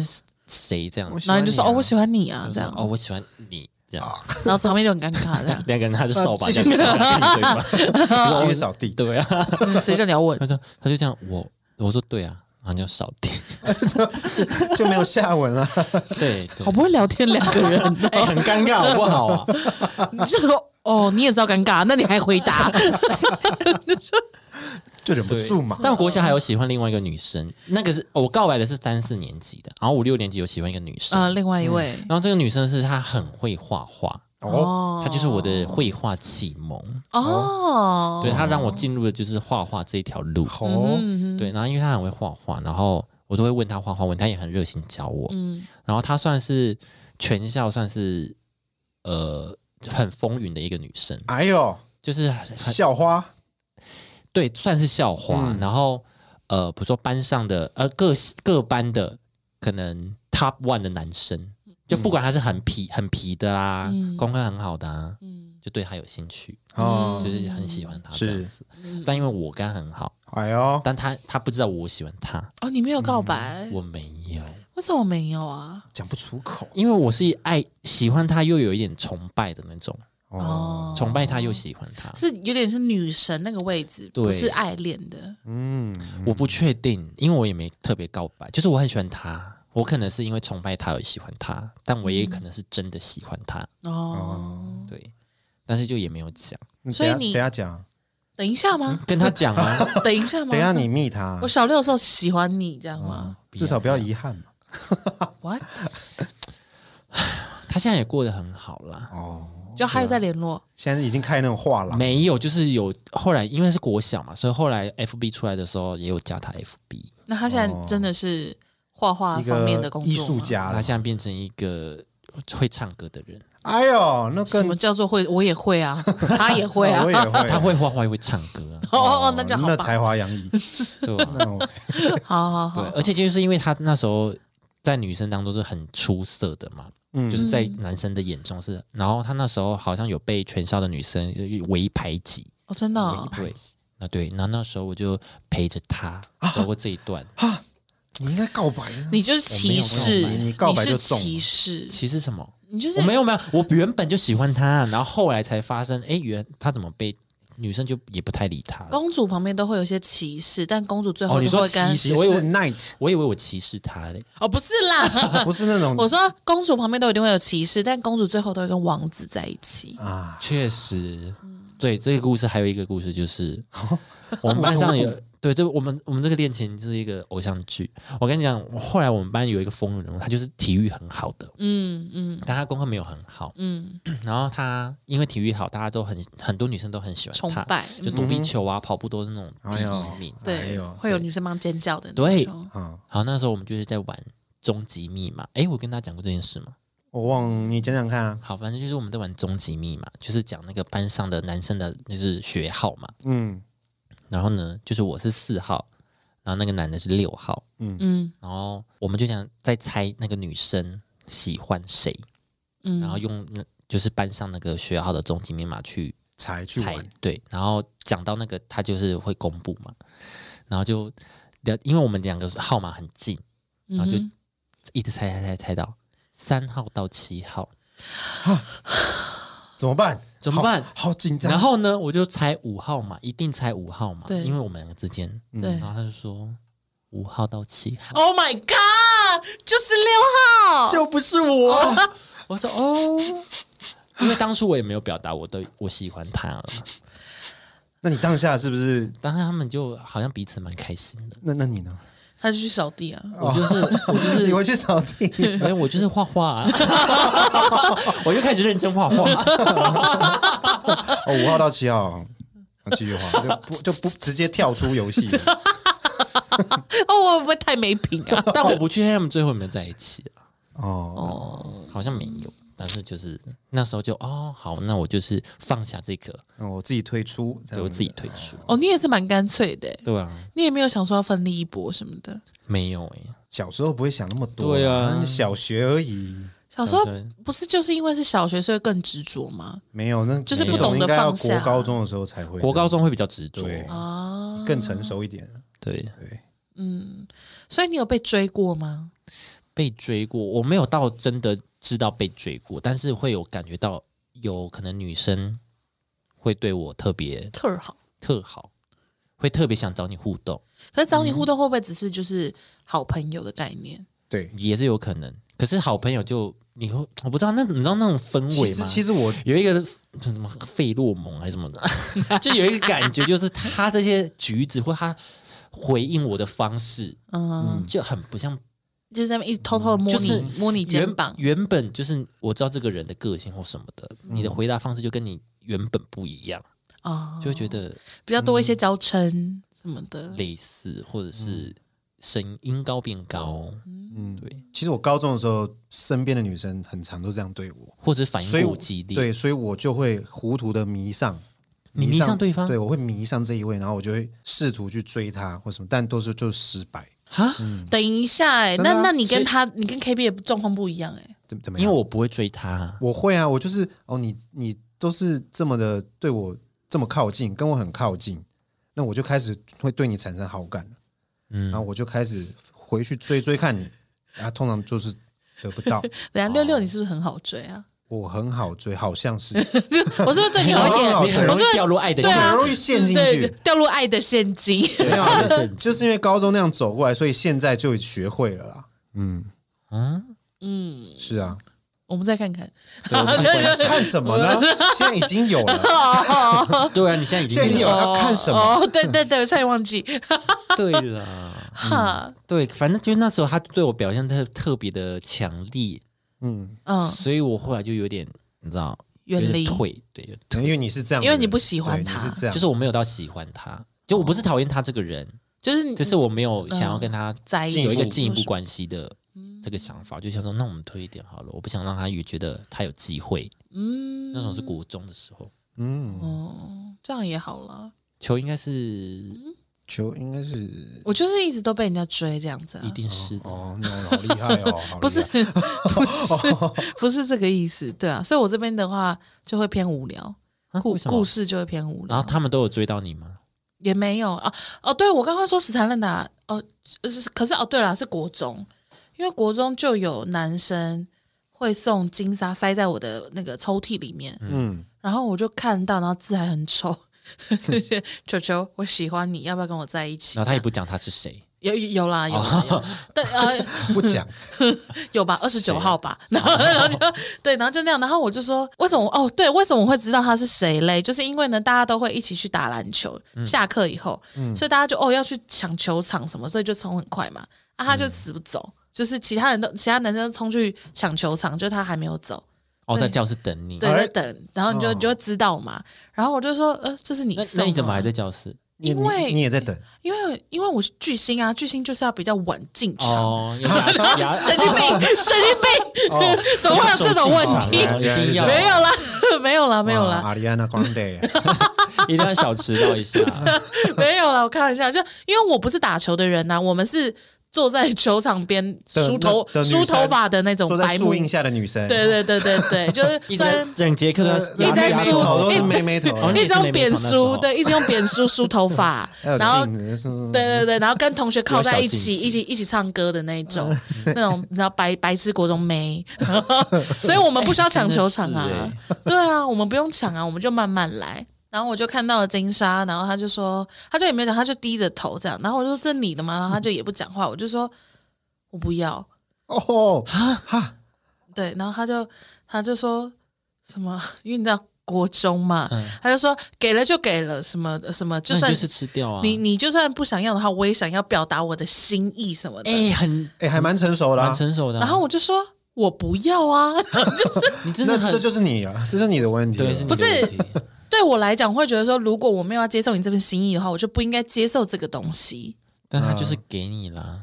Speaker 2: 谁这样
Speaker 1: 我
Speaker 2: 子？
Speaker 1: 喜
Speaker 3: 然后
Speaker 1: 欢
Speaker 3: 你就说
Speaker 1: 啊
Speaker 3: 哦，我喜欢你啊，这样，
Speaker 2: 哦，我喜欢你这样，
Speaker 3: 然后场面就很尴尬，这样，
Speaker 2: 两个人他就扫把
Speaker 1: 啊
Speaker 2: 这
Speaker 1: 继
Speaker 2: 样
Speaker 1: 续扫
Speaker 2: 扫
Speaker 1: 地对吧？
Speaker 2: 地，
Speaker 1: 继
Speaker 2: 我
Speaker 1: 续
Speaker 2: 说
Speaker 1: 扫地，
Speaker 2: 对啊，
Speaker 3: 嗯谁叫你要问？
Speaker 2: 他就他就这样，我我说对啊，然后就扫地，
Speaker 3: 哦
Speaker 1: 就没有下文了。
Speaker 2: 对，对
Speaker 3: 好不会聊 天两个人哦，
Speaker 2: 哎很尴尬好不好啊？
Speaker 3: 你这个哦，你也知道尴尬，那你还回答？
Speaker 1: 就忍不
Speaker 2: 对
Speaker 1: 住嘛。
Speaker 2: 但我国小还有喜欢另外一个女生，那个是我告白的是三四年级的，然后五六年级有喜欢一个女生，
Speaker 3: 啊，另外一位
Speaker 2: 然后这个女生是她很会画画，
Speaker 1: 哦，
Speaker 3: 哦，
Speaker 2: 她就是我的绘画启蒙，
Speaker 3: 哦，
Speaker 2: 对她让我进入的就是画画这一条路，
Speaker 1: 哦，
Speaker 3: 嗯
Speaker 2: 对，然后因为她很会画画，然后我都会问她画画问，她也很热心教我，
Speaker 3: 嗯
Speaker 2: 然后她算是全校算是呃很风云的一个女生，
Speaker 1: 哎呦，
Speaker 2: 就是很
Speaker 3: 嗯
Speaker 1: 校花
Speaker 2: 对，算是校花。
Speaker 1: 嗯
Speaker 2: 然后呃，比如说班上的呃各各班的可能 top one 的男生，就
Speaker 1: 嗯
Speaker 2: 不管他是很皮、很皮的啊，
Speaker 3: 嗯
Speaker 2: 功课很好的啊，
Speaker 3: 嗯，
Speaker 2: 就对他有兴趣，
Speaker 1: 哦，
Speaker 2: 就是很喜欢他
Speaker 1: 是
Speaker 2: 这样子。但因为我跟他很好，
Speaker 1: 哎呦，
Speaker 2: 但他他不知道我喜欢他，
Speaker 3: 哦，你没有告白，
Speaker 1: 嗯
Speaker 2: 我没有，
Speaker 3: 为什么没有啊？
Speaker 1: 讲不出口
Speaker 2: 因为我是爱喜欢他又有一点崇拜的那种，
Speaker 1: 哦，
Speaker 3: 哦，
Speaker 2: 崇拜他又喜欢他。
Speaker 3: 是有点是女神那个位置，
Speaker 2: 对
Speaker 3: 不是爱恋的。
Speaker 1: 嗯，
Speaker 2: 我不确定，因为我也没特别告白，就是我很喜欢他，我可能是因为崇拜他而喜欢他，但我也
Speaker 1: 嗯
Speaker 2: 可能是真的喜欢他，
Speaker 3: 哦，
Speaker 2: 对，但是就也没有讲，
Speaker 1: 等
Speaker 3: 所以
Speaker 1: 下
Speaker 3: 你
Speaker 1: 等下讲，
Speaker 3: 等一下吗？
Speaker 2: 跟他讲 啊，
Speaker 3: 等一下吗？
Speaker 1: 嗯等下你密他
Speaker 3: 我，小六的时候喜欢你，这样吗
Speaker 1: 至少不要遗憾嘛。哦
Speaker 3: ？What？
Speaker 2: 他现在也过得很好啦，
Speaker 1: 哦，
Speaker 3: 就还有在联络，
Speaker 1: 现在已经开那种画廊，
Speaker 2: 没有，就是有后来因为是国小嘛，所以后来 FB 出来的时候也有加他 FB，
Speaker 3: 那他现在真的是画画
Speaker 1: 啊哦一
Speaker 3: 方面
Speaker 1: 个
Speaker 3: 的工作吗
Speaker 1: 艺术，家
Speaker 2: 他
Speaker 1: 了。
Speaker 2: 现在变成一个会唱歌的人，
Speaker 1: 哎呦，那
Speaker 3: 什
Speaker 1: 更哦
Speaker 3: 么叫做会？我也会啊，他也 会啊
Speaker 1: 我，也会，
Speaker 2: 他会画画也会唱歌 啊，
Speaker 3: 哦 哦哦，那就好
Speaker 1: 那
Speaker 3: 吧，
Speaker 1: 才华洋 溢，
Speaker 2: 对吧、
Speaker 1: 那我
Speaker 3: 好好
Speaker 2: 对，
Speaker 3: 好，
Speaker 2: 而且就是因为他那时候在女生当中是很出色的嘛，
Speaker 1: 嗯
Speaker 2: 就是在男生的眼中是，然后他那时候好像有被全校的女生就唯一排挤，
Speaker 3: 哦，真的哦，
Speaker 2: 对，那对，那那时候我就陪着他走过这一段，
Speaker 1: 你应该告白啊！
Speaker 3: 你就是歧视，
Speaker 2: 我没有告白
Speaker 1: 你告白
Speaker 3: 是
Speaker 1: 就中了
Speaker 3: 歧视，
Speaker 2: 其实什么？
Speaker 3: 你就是
Speaker 2: 我没有没有，我原本就喜欢他，然后后来才发生，哎，原他怎么被女生就也不太理他了。
Speaker 3: 公主旁边都会有一些歧视，但公主最后
Speaker 2: 哦你
Speaker 3: 都
Speaker 2: 说
Speaker 3: 会跟
Speaker 2: 歧视
Speaker 1: 其
Speaker 2: 我以为
Speaker 1: 实 night
Speaker 2: 我以为我歧视他嘞，
Speaker 3: 哦，不是啦，
Speaker 1: 不是那种
Speaker 3: 我说公主旁边都一定会有歧视，但公主最后都会跟王子在一起。
Speaker 1: 啊，
Speaker 2: 确实，对这个故事还有一个故事 就是，我们班上有对这我们我们这个恋情就是一个偶像剧。我跟你讲，后来我们班有一个风云人物，他就是体育很好的，
Speaker 3: 嗯嗯
Speaker 2: 但他功课没有很 好。
Speaker 3: 嗯，
Speaker 2: 然后他因为体育好，大家都很很多女生都很喜
Speaker 3: 崇
Speaker 2: 欢他，
Speaker 3: 拜，嗯
Speaker 2: 就躲避球啊、跑步都是那种
Speaker 1: 哎呦
Speaker 2: 第一名。
Speaker 1: 哎
Speaker 3: 对，
Speaker 1: 呦
Speaker 3: 会有女生帮尖叫的。嗯
Speaker 2: 对，
Speaker 1: 啊，
Speaker 2: 好，那时候我们就是在玩终极密码。诶，我跟大家讲过这件事吗？
Speaker 1: 我忘你讲讲看啊，
Speaker 2: 好，反正就是我们在玩终极密码，就是讲那个班上的男生的就是学号嘛。
Speaker 1: 嗯
Speaker 2: 然后呢，就是我是四号，然后那个男的是六号，
Speaker 3: 嗯
Speaker 2: 然后我们就想在猜那个女生喜欢谁，
Speaker 3: 嗯，
Speaker 2: 然后用那就是班上那个学号的终极密码去
Speaker 1: 才去
Speaker 2: 猜
Speaker 1: 玩，，
Speaker 2: 对，然后讲到那个他就是会公布嘛，然后就聊，因为我们两个号码很近，
Speaker 3: 嗯
Speaker 2: 然后就
Speaker 3: 哼
Speaker 2: 一直猜猜猜猜到三号到七号，
Speaker 1: 怎么办？
Speaker 2: 怎么办
Speaker 1: 好好紧张。
Speaker 2: 然后呢，我就猜五号嘛，一定猜五号嘛，
Speaker 3: 对
Speaker 2: 因为我们两个之间，
Speaker 1: 嗯
Speaker 3: 对
Speaker 2: 然后他就说五号到七号，
Speaker 3: ，Oh my God，就是六号，
Speaker 2: 就不是我。 我说哦，因为当初我也没有表达我对我喜欢他了嘛，
Speaker 1: 那你当下是不是？
Speaker 2: 当时他们就好像彼此蛮开心的。
Speaker 1: 那那你呢？
Speaker 3: 他就去扫地啊。
Speaker 2: 我就是我就
Speaker 1: 你
Speaker 2: 是，
Speaker 1: 回去扫地。
Speaker 2: 哎、我就是画画、 啊，我就开始认真画画。
Speaker 1: 哦，五号到七号，啊继续 画，就不就不直接跳出游戏了。
Speaker 3: 哦，我会不会太没品啊？
Speaker 2: 但我不确定他们最后有没有在一起啊，
Speaker 1: 哦，
Speaker 2: 好像没有。但是就是那时候就哦，好，那我就是放下这个，
Speaker 1: 那我自己退出，这
Speaker 2: 对
Speaker 1: 样
Speaker 2: 我
Speaker 1: 子
Speaker 2: 自己退出。
Speaker 3: 哦，你也是蛮干脆的，欸
Speaker 2: 对啊，
Speaker 3: 你也没有想说要奋力一搏什么的。
Speaker 2: 没有哎、
Speaker 1: 小时候不会想那么多，
Speaker 2: 对啊
Speaker 1: 那小学而已，
Speaker 3: 小时候
Speaker 2: 小学
Speaker 3: 不是就是因为是小学，所以更执着吗？
Speaker 1: 没有那
Speaker 3: 就是
Speaker 2: 不
Speaker 1: 这种
Speaker 3: 懂得
Speaker 1: 应该要
Speaker 3: 放下
Speaker 1: 国高中的时候才会，
Speaker 2: 国高中会比较执着，
Speaker 1: 对
Speaker 3: 啊，
Speaker 1: 更成熟一点。
Speaker 2: 对，
Speaker 1: 对，
Speaker 3: 嗯，所以你有被追过吗？
Speaker 2: 被追过，我没有到真的知道被追过，但是会有感觉到有可能女生会对我特别
Speaker 3: 特好，
Speaker 2: 特好，会特别想找你互动，
Speaker 3: 可是找你互动会不会只是就是好朋友的概念？
Speaker 1: 对，
Speaker 2: 也是有可能。可是好朋友就你会，我不知道那你知道那种氛
Speaker 1: 其
Speaker 2: 围
Speaker 1: 实
Speaker 2: 吗？
Speaker 1: 其实我
Speaker 2: 有一个什么费洛蒙还是什么的， 就有一个感觉，就是他这些举止或他回应我的方式，
Speaker 3: 嗯，
Speaker 2: 就很不像
Speaker 3: 就是在那边一直偷偷的摸你、
Speaker 2: 就是
Speaker 3: 摸你肩膀，
Speaker 2: 原。原本就是我知道这个人的个性或什么的，你的回答方式就跟你原本不一样，
Speaker 3: 啊，
Speaker 2: 就会嗯觉得
Speaker 3: 比较多一些娇嗔什么的。
Speaker 2: 类似，或者是声音高变高，嗯，对，
Speaker 1: 其实我高中的时候，身边的女生很常都这样对我，
Speaker 2: 或者反
Speaker 1: 所以
Speaker 2: 应
Speaker 1: 我
Speaker 2: 过激烈，
Speaker 1: 对，所以我就会糊涂的迷上。
Speaker 2: 你迷上对方
Speaker 1: 对我会迷上这一位，然后我就会试图去追她或什么，但都是就失败。
Speaker 2: 哈，
Speaker 1: 嗯
Speaker 3: 等一下、哎、
Speaker 1: 真的
Speaker 3: 那
Speaker 1: 啊
Speaker 3: 那你跟他，你跟 KB 的状况不一样、哎，
Speaker 1: 怎怎么
Speaker 2: 因
Speaker 1: 样？
Speaker 2: 为我不会追他，
Speaker 1: 我会啊，我就是哦，你你都是这么的对我这么靠近，跟我很靠近，那我就开始会对你产生好感，然
Speaker 2: 嗯
Speaker 1: 后我就开始回去追追看你，啊，通常就是得不到，
Speaker 3: 等一下六六，你是不是很好追啊？
Speaker 1: 我很好追，好像是
Speaker 3: 我是不是对你好一点？
Speaker 1: 哦
Speaker 2: 你很
Speaker 3: 我
Speaker 2: 容
Speaker 3: 是不
Speaker 2: 易
Speaker 3: 是
Speaker 2: 掉入爱的
Speaker 3: 对啊
Speaker 1: 很
Speaker 2: 陷
Speaker 1: 容易陷
Speaker 2: 阱。
Speaker 1: 进
Speaker 3: 对
Speaker 1: 去，
Speaker 3: 掉入爱的陷阱？
Speaker 1: 没有
Speaker 2: 爱的陷
Speaker 1: 啊，
Speaker 2: 阱
Speaker 1: 就是因为高中那样走过来，所以现在就学会了啦。嗯，
Speaker 2: 嗯，
Speaker 3: 嗯，
Speaker 1: 是 啊，
Speaker 3: 我们再看看。
Speaker 2: 对我看关系
Speaker 1: 看什么呢？现在已经有了，
Speaker 2: 对啊，你现在已
Speaker 1: 现在已
Speaker 2: 经
Speaker 1: 经有
Speaker 2: 有
Speaker 1: 了
Speaker 2: 了
Speaker 1: 要看什么？
Speaker 3: 哦，对对对，我差点忘记。
Speaker 2: 嗯对了，
Speaker 3: 哈，
Speaker 2: 对，反正就是那时候他对我表现特特别的强烈，
Speaker 1: 嗯，
Speaker 3: 嗯，
Speaker 2: 所以我后来就有点你知道有
Speaker 3: 远
Speaker 2: 点
Speaker 3: 离，
Speaker 2: 退，对，有点
Speaker 1: 因为你是这样的
Speaker 3: 因
Speaker 1: 人，
Speaker 3: 为你不喜欢
Speaker 1: 对
Speaker 3: 他
Speaker 1: 你是这样，
Speaker 2: 就是我没有到喜欢他，就我不是讨厌他这个人，
Speaker 3: 就是你
Speaker 2: 只是我没有想要跟他
Speaker 3: 在一起
Speaker 2: 有一个
Speaker 1: 嗯
Speaker 2: 进一步关系的这个想法，就想说那我们推一点好了，我不想让他也觉得他有机会。
Speaker 3: 嗯，
Speaker 2: 那种是国中的时候，
Speaker 1: 嗯，
Speaker 3: 哦，这样也好了。
Speaker 2: 球应该是一
Speaker 1: 球应该是
Speaker 3: 我就是一直都被人家追这样子、啊，
Speaker 2: 定是的，
Speaker 1: 哦，你好厉害哦，好厉害
Speaker 2: 啊
Speaker 3: 不是 不是不是这个意思，对啊。所以我这边的话就会偏无聊，
Speaker 2: 啊
Speaker 3: 故
Speaker 2: 为什么
Speaker 3: 故事就会偏无聊。
Speaker 2: 然后他们都有追到你吗？
Speaker 3: 也没有啊哦，对我刚刚说死缠烂打哦，是可是哦对了，是国中，因为国中就有男生会送金沙塞在我的那个抽屉里面，
Speaker 1: 嗯，
Speaker 3: 然后我就看到，然后字还很丑。球球，我喜欢你，要不要跟我在一起？
Speaker 2: 然后他哦也不讲他是谁，
Speaker 3: 有有有啦有啦，有啦 但呃
Speaker 1: 不讲，
Speaker 3: 有吧，二十
Speaker 2: 啊
Speaker 3: 九号吧，然后然后就
Speaker 2: 哦
Speaker 3: 对，然后就那样，然后我就说，为什么哦对，为什么我会知道他是谁嘞？就是因为呢，大家都会一起去打篮球，
Speaker 2: 嗯
Speaker 3: 下课以后，所以大家就哦要去抢球场什么，所以就冲很快嘛，啊他就
Speaker 2: 嗯
Speaker 3: 死不走，就是其他人都其他男生都冲去抢球场，就他还没有走，
Speaker 2: 哦，
Speaker 3: 对
Speaker 2: 在教室等你。
Speaker 3: 对，
Speaker 1: 哎
Speaker 3: 在等，然后你就、
Speaker 1: 哦
Speaker 3: 你就会知道嘛，然后我就说，呃，这是你
Speaker 2: 那
Speaker 3: 送
Speaker 2: 那你怎么
Speaker 3: 的
Speaker 2: 还
Speaker 3: 吗
Speaker 2: 在教室？
Speaker 1: 你
Speaker 3: 因
Speaker 1: 你
Speaker 3: 为
Speaker 1: 你也在等，
Speaker 3: 因为因为我是巨星啊，巨星就是要比较晚进场。
Speaker 2: 哦，有牙牙
Speaker 3: 神经病， 神经病，
Speaker 1: 哦，
Speaker 3: 怎么会有这种问
Speaker 1: 手
Speaker 3: 题？
Speaker 1: 机
Speaker 2: 一定要
Speaker 3: 没有啦， 没有啦，没有啦，
Speaker 1: 阿丽安娜 Grande，
Speaker 2: 一定要小迟到一下。
Speaker 3: 没有啦，我开玩笑，就因为我不是打球的人呐、我们是坐在球场边
Speaker 1: 的
Speaker 3: 梳头
Speaker 1: 那的女生
Speaker 3: 梳头发的那种
Speaker 1: 坐在
Speaker 3: 白
Speaker 1: 树
Speaker 3: 目，
Speaker 1: 荫下的女生，
Speaker 3: 对对对对对， 就是
Speaker 2: 一
Speaker 3: 虽然
Speaker 2: 直整节课都
Speaker 1: 呃，
Speaker 2: 要
Speaker 3: 一直在哎
Speaker 1: 压
Speaker 3: 梳
Speaker 1: 力头都
Speaker 3: 一
Speaker 1: 是
Speaker 3: 直
Speaker 1: 妹妹头，
Speaker 2: 哦
Speaker 3: 一直用
Speaker 2: 你也是妹妹
Speaker 3: 扁
Speaker 2: 头那时候
Speaker 3: 梳，对，一直用扁梳梳头 发，
Speaker 1: 还有
Speaker 3: 然后
Speaker 1: 镜子哎是不是，
Speaker 3: 对对对，然后跟同学靠在一起，
Speaker 2: 有小
Speaker 3: 一
Speaker 2: 镜子
Speaker 3: 起一起唱歌的那一种， 那种你知道白白痴国中妹， 所以我们不需要抢球场啊
Speaker 2: 哎真的，欸
Speaker 3: 对啊，我们不用抢啊，我们就慢慢来。然后我就看到了金莎，然后他就说，他就也没有讲，他就低着头这样。然后我就说：“这你的吗？”然后他就也不讲话，我就说：“我不要。
Speaker 1: 哦，
Speaker 3: 对，然后他就他就说什么， 因为你知道国中嘛，他就说给了就给了，什么什么，就
Speaker 2: 嗯那
Speaker 3: 算
Speaker 2: 你就是吃掉啊。
Speaker 3: 你你就算不想要的话，我也想要表达我的心意什么的。
Speaker 2: 哎，很
Speaker 1: 哎，还蛮成熟的啊
Speaker 2: 蛮，成熟的啊。
Speaker 3: 然后我就说我不要啊，
Speaker 2: 你真的
Speaker 1: 那
Speaker 2: 很
Speaker 1: 这就是你啊，这是你的问题了，
Speaker 2: 对，是你
Speaker 3: 不是
Speaker 2: 的 问题
Speaker 3: 对我来讲会觉得说，如果我没有要接受你这份心意的话，我就不应该接受这个东西。
Speaker 2: 但他就是给你啦，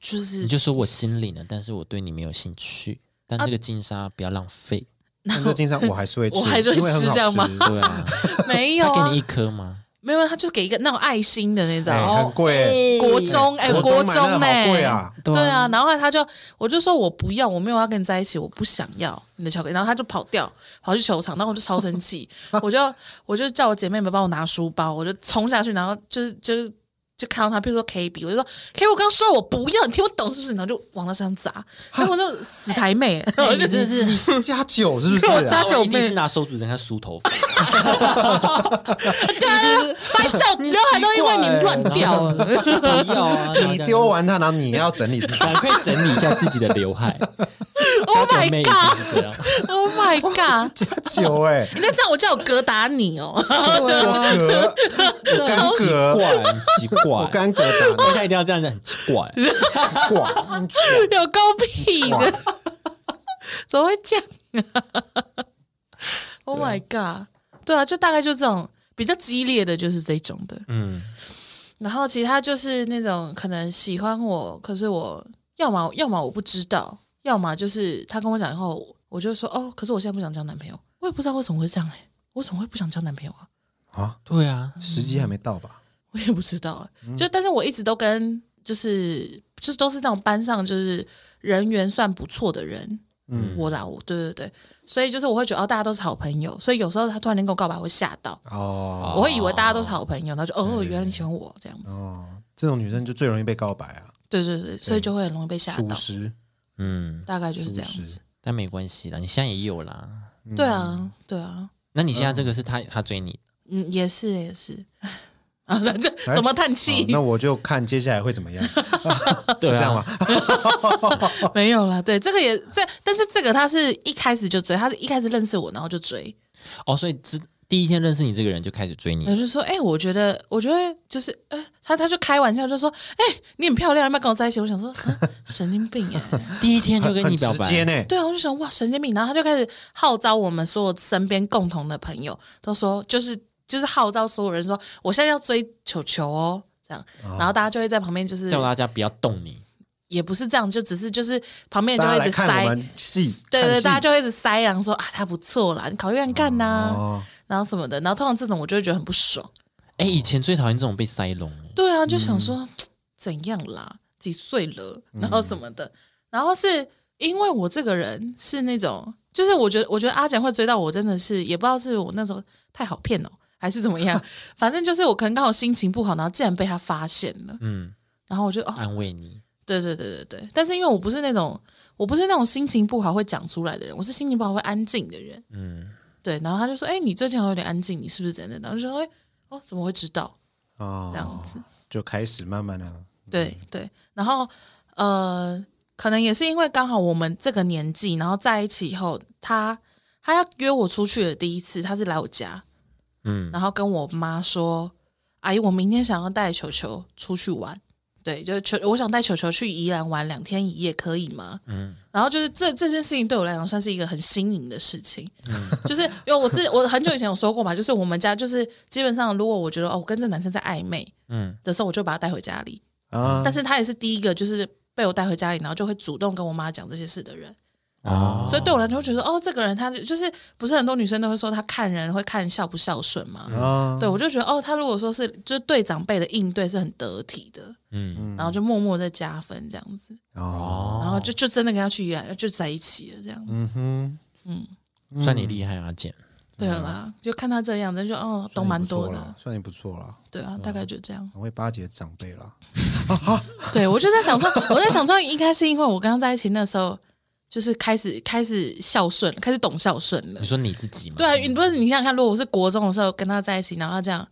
Speaker 3: 就是
Speaker 2: 你就说我心领了，但是我对你没有兴趣。
Speaker 3: 啊
Speaker 2: 但这个金沙不要浪费，
Speaker 1: 但这金山我还是会吃，
Speaker 3: 我还是会
Speaker 1: 因为很
Speaker 3: 吃
Speaker 1: 好
Speaker 3: 这样吗
Speaker 1: 吃
Speaker 2: 对 啊，
Speaker 3: 没有
Speaker 2: 他给
Speaker 3: 啊
Speaker 2: 你一，颗吗？
Speaker 3: 没有，他就是给一个那种爱心的那种。
Speaker 1: 哎
Speaker 3: 哦
Speaker 1: 很贵，
Speaker 3: 国中哎，国
Speaker 1: 买那
Speaker 3: 中
Speaker 1: 个
Speaker 3: 哎，
Speaker 1: 好贵啊，
Speaker 2: 对啊
Speaker 3: 对啊，然后后来他就，我就说我不要，我没有要跟你在一起，我不想要你的巧克力。然后他就跑掉，跑去球场，然后我就超生气，我就我就叫我姐妹们帮我拿书包，我就冲下去，然后就是就是就看到他，譬如说 K B，我就说 K，我刚说我不要，你听不懂是不是？然后就往他身上砸，然后我就死台妹，然后我
Speaker 2: 你
Speaker 3: 就
Speaker 2: 真的是
Speaker 1: 是加酒是不是
Speaker 3: 我
Speaker 1: 啊
Speaker 3: 加？酒
Speaker 2: 我一定
Speaker 3: 妹
Speaker 2: 是拿手指跟他梳头发，
Speaker 3: 对啊，白色刘海都因为你乱
Speaker 2: 欸
Speaker 3: 掉了。
Speaker 2: 不要 啊！然后
Speaker 1: 你
Speaker 2: 这样
Speaker 1: 丢完它，然后你要整理自 己，
Speaker 2: 赶快整理一下自己的刘海。
Speaker 3: Oh
Speaker 2: 娇
Speaker 3: my
Speaker 2: 妹
Speaker 3: god!
Speaker 2: 是这样，
Speaker 3: Oh my god!
Speaker 1: 加酒哎，
Speaker 3: 你再这样，我叫我哥打你哦。
Speaker 1: 我
Speaker 2: 这很奇
Speaker 3: 啊
Speaker 2: 怪，很啊奇
Speaker 1: 我
Speaker 2: 怪。
Speaker 1: 干戈
Speaker 2: 大家一定要这样子，很奇 怪。
Speaker 1: 打挂，
Speaker 3: 有够屁 的，怎么会这样、啊、？Oh my god！对啊，就大概就这种比较激烈的，就是这种的。
Speaker 2: 嗯，
Speaker 3: 然后其他就是那种可能喜欢我，可是我要么要么我不知道，要么就是他跟我讲以后，我就说哦，可是我现在不想交男朋友，我也不知道为什么会这样哎、我怎么会不想交男朋友啊？
Speaker 1: 啊，
Speaker 2: 对啊，
Speaker 1: 时机还没到吧？
Speaker 3: 我也不知道、啊，
Speaker 1: 嗯
Speaker 3: 就但是我一直都跟就是就是都是那种班上就是人缘算不错的人，
Speaker 1: 嗯
Speaker 3: 我啦，我对对对，所以就是我会觉得哦，大家都是好朋友，所以有时候他突然间跟我告白，我会吓到，
Speaker 1: 哦
Speaker 3: 我会以为大家都是好朋友，然后就哦，原来你喜欢我这样子，
Speaker 1: 哦，这种女生就最容易被告白啊，
Speaker 3: 对对对，所以就会很容易被吓
Speaker 1: 属
Speaker 3: 到，
Speaker 1: 实，
Speaker 2: 嗯，
Speaker 3: 大概就是
Speaker 1: 属
Speaker 3: 这样子
Speaker 1: 实。，
Speaker 2: 但没关系啦，你现在也有啦。
Speaker 3: 对
Speaker 1: 嗯
Speaker 3: 啊，对啊，
Speaker 2: 那你现在这个是他他追你，
Speaker 3: 嗯，也是也是， 啊，反正
Speaker 1: 哎
Speaker 3: 怎么叹
Speaker 1: 好
Speaker 3: 气？
Speaker 1: 那我就看接下来会怎 么样，是
Speaker 2: 对啊
Speaker 1: 这样吗？
Speaker 3: 没有啦，对，这个也这，但是这个他是一开始就追，他是一开始认识我，然后就追，
Speaker 2: 哦，所以知第一天认识你这个人就开始追
Speaker 3: 我
Speaker 2: 你，
Speaker 3: 就说，哎、我觉得，我觉得就是，哎、他他就开玩笑就说，哎、你很漂亮，要不要跟我在一起？我想说，啊神经病哎、
Speaker 2: 第一啊天就跟
Speaker 1: 很
Speaker 2: 你表
Speaker 1: 直接
Speaker 2: 白，
Speaker 1: 呢，
Speaker 3: 对啊，我就想哇，神经病。然后他就开始号召我们所有身边共同的朋友，都说就是就是号召所有人说，我现在要追球球哦，这样。然后大家就会在旁边，就是
Speaker 2: 叫大家不要动你。
Speaker 3: 也不是这样，就只是就是旁边
Speaker 1: 大
Speaker 3: 人就
Speaker 1: 家
Speaker 3: 会
Speaker 1: 来
Speaker 3: 一
Speaker 1: 看我
Speaker 3: 直塞，
Speaker 1: 们戏，
Speaker 3: 对
Speaker 1: 看
Speaker 3: 对，
Speaker 1: 戏
Speaker 3: 大家就会一直塞，然后说啊他不错啦，你考虑看看呐、
Speaker 1: 哦，
Speaker 3: 然后什么的。然后通常这种我就会觉得很不爽。
Speaker 2: 哎，以前最讨厌这种被塞拢，哎
Speaker 3: 对啊，就想说、怎样啦，几岁了，然后什么的，然后是因为我这个人是那种，就是我觉得，我觉得阿简会追到我，真的是也不知道是我那时候太好骗哦，还是怎么样，反正就是我可能刚好心情不好，然后竟然被他发现了，
Speaker 2: 嗯，
Speaker 3: 然后我就哦，
Speaker 2: 安慰你。
Speaker 3: 对对对对对，但是因为我不是那种，我不是那种心情不好会讲出来的人，我是心情不好会安静的人，
Speaker 2: 嗯，
Speaker 3: 对，然后他就说，哎、你最近好像有点安静，你是不是真的？然后我就说，哎、哦，怎么会知道
Speaker 1: 哦
Speaker 3: 这样子？
Speaker 1: 就开始慢慢的，
Speaker 3: 对对，然后呃，可能也是因为刚好我们这个年纪，然后在一起以后，他他要约我出去的第一次，他是来我家，
Speaker 2: 嗯，
Speaker 3: 然后跟我妈说：“阿姨，我明天想要带球球出去玩。”对，就是球，我想带球球去宜兰玩两天一夜，可以吗？嗯，然后就是这这件事情对我来讲算是一个很新颖的事情， 就是因为我自我很久以前有说过嘛，就是我们家就是基本上如果我觉得哦，我跟这男生在暧昧，嗯
Speaker 2: 嗯
Speaker 3: 的时候，我就把他带回家里，
Speaker 1: 啊
Speaker 3: 但是他也是第一个就是被我带回家里，然后就会主动跟我妈讲这些事的人。
Speaker 1: 哦
Speaker 3: 所以对我来说，我觉得哦，这个人他就就是不是很多女生都会说他看人会看孝不孝顺嘛。
Speaker 1: 啊，
Speaker 3: 对，我就觉得哦，他如果说是就是对长辈的应对是很得体的，
Speaker 2: 嗯，
Speaker 3: 然后就默默在加分这样子，
Speaker 1: 哦，
Speaker 2: 哦，
Speaker 3: 然后就就真的跟他去宜兰就在一起了这样子。
Speaker 1: 嗯哼，
Speaker 2: 算你厉害啊，姐。
Speaker 3: 对啦，就看他这样子，就哦，懂蛮多的
Speaker 1: 了，。算你不错了，
Speaker 3: 对啊，大概就这样。
Speaker 1: 很会巴结长辈了。
Speaker 3: 对，我就在想说，我在想说，应该是因为我刚刚在一起那时候，就是开始开始孝顺了，开始懂孝顺了
Speaker 2: 你。说你自己吗？
Speaker 3: 对啊，你不是你想想看，如果我是国中的时候跟他在一起，然后他这样，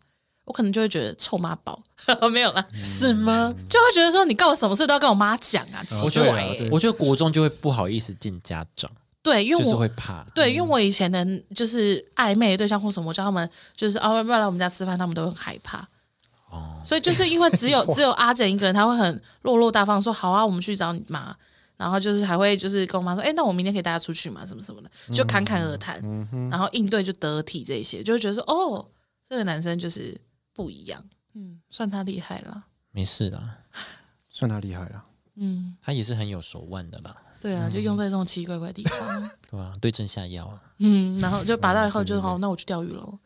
Speaker 3: 我可能就会觉得臭妈宝， 没有啦，
Speaker 2: 是吗？
Speaker 3: 就会觉得说你干我什么事都要跟我妈讲啊，奇
Speaker 2: 嗯我觉
Speaker 3: 怪
Speaker 2: 得
Speaker 3: 欸、
Speaker 1: 对
Speaker 2: 我觉得国中就会不好意思见家长，
Speaker 3: 对，因
Speaker 2: 就
Speaker 3: 为
Speaker 2: 是
Speaker 3: 我。
Speaker 2: 会怕。
Speaker 3: 对，因为我以前的就是暧昧的对象或什么，我叫他们就是哦，要不要来我们家吃饭，他们都会很害怕。哦，所以就是因为只 有只有阿简一个人，他会很落落大方说好啊，我们去找你妈，然后就是还会就是跟我妈说，哎、那我明天可以带她出去嘛，什么什么的，就侃侃而谈，然后应对就得体这些，就会觉得说哦，这个男生就是不一样，嗯，算他厉害了，
Speaker 2: 没事啦，
Speaker 1: 算他厉害了，
Speaker 3: 嗯，
Speaker 2: 他也是很有手腕的啦，
Speaker 3: 对啊，就用在这种奇奇怪怪的地方，
Speaker 2: 对吧、对症下药啊。
Speaker 3: 嗯，然后就拔到以后就好，那我去钓鱼 喽。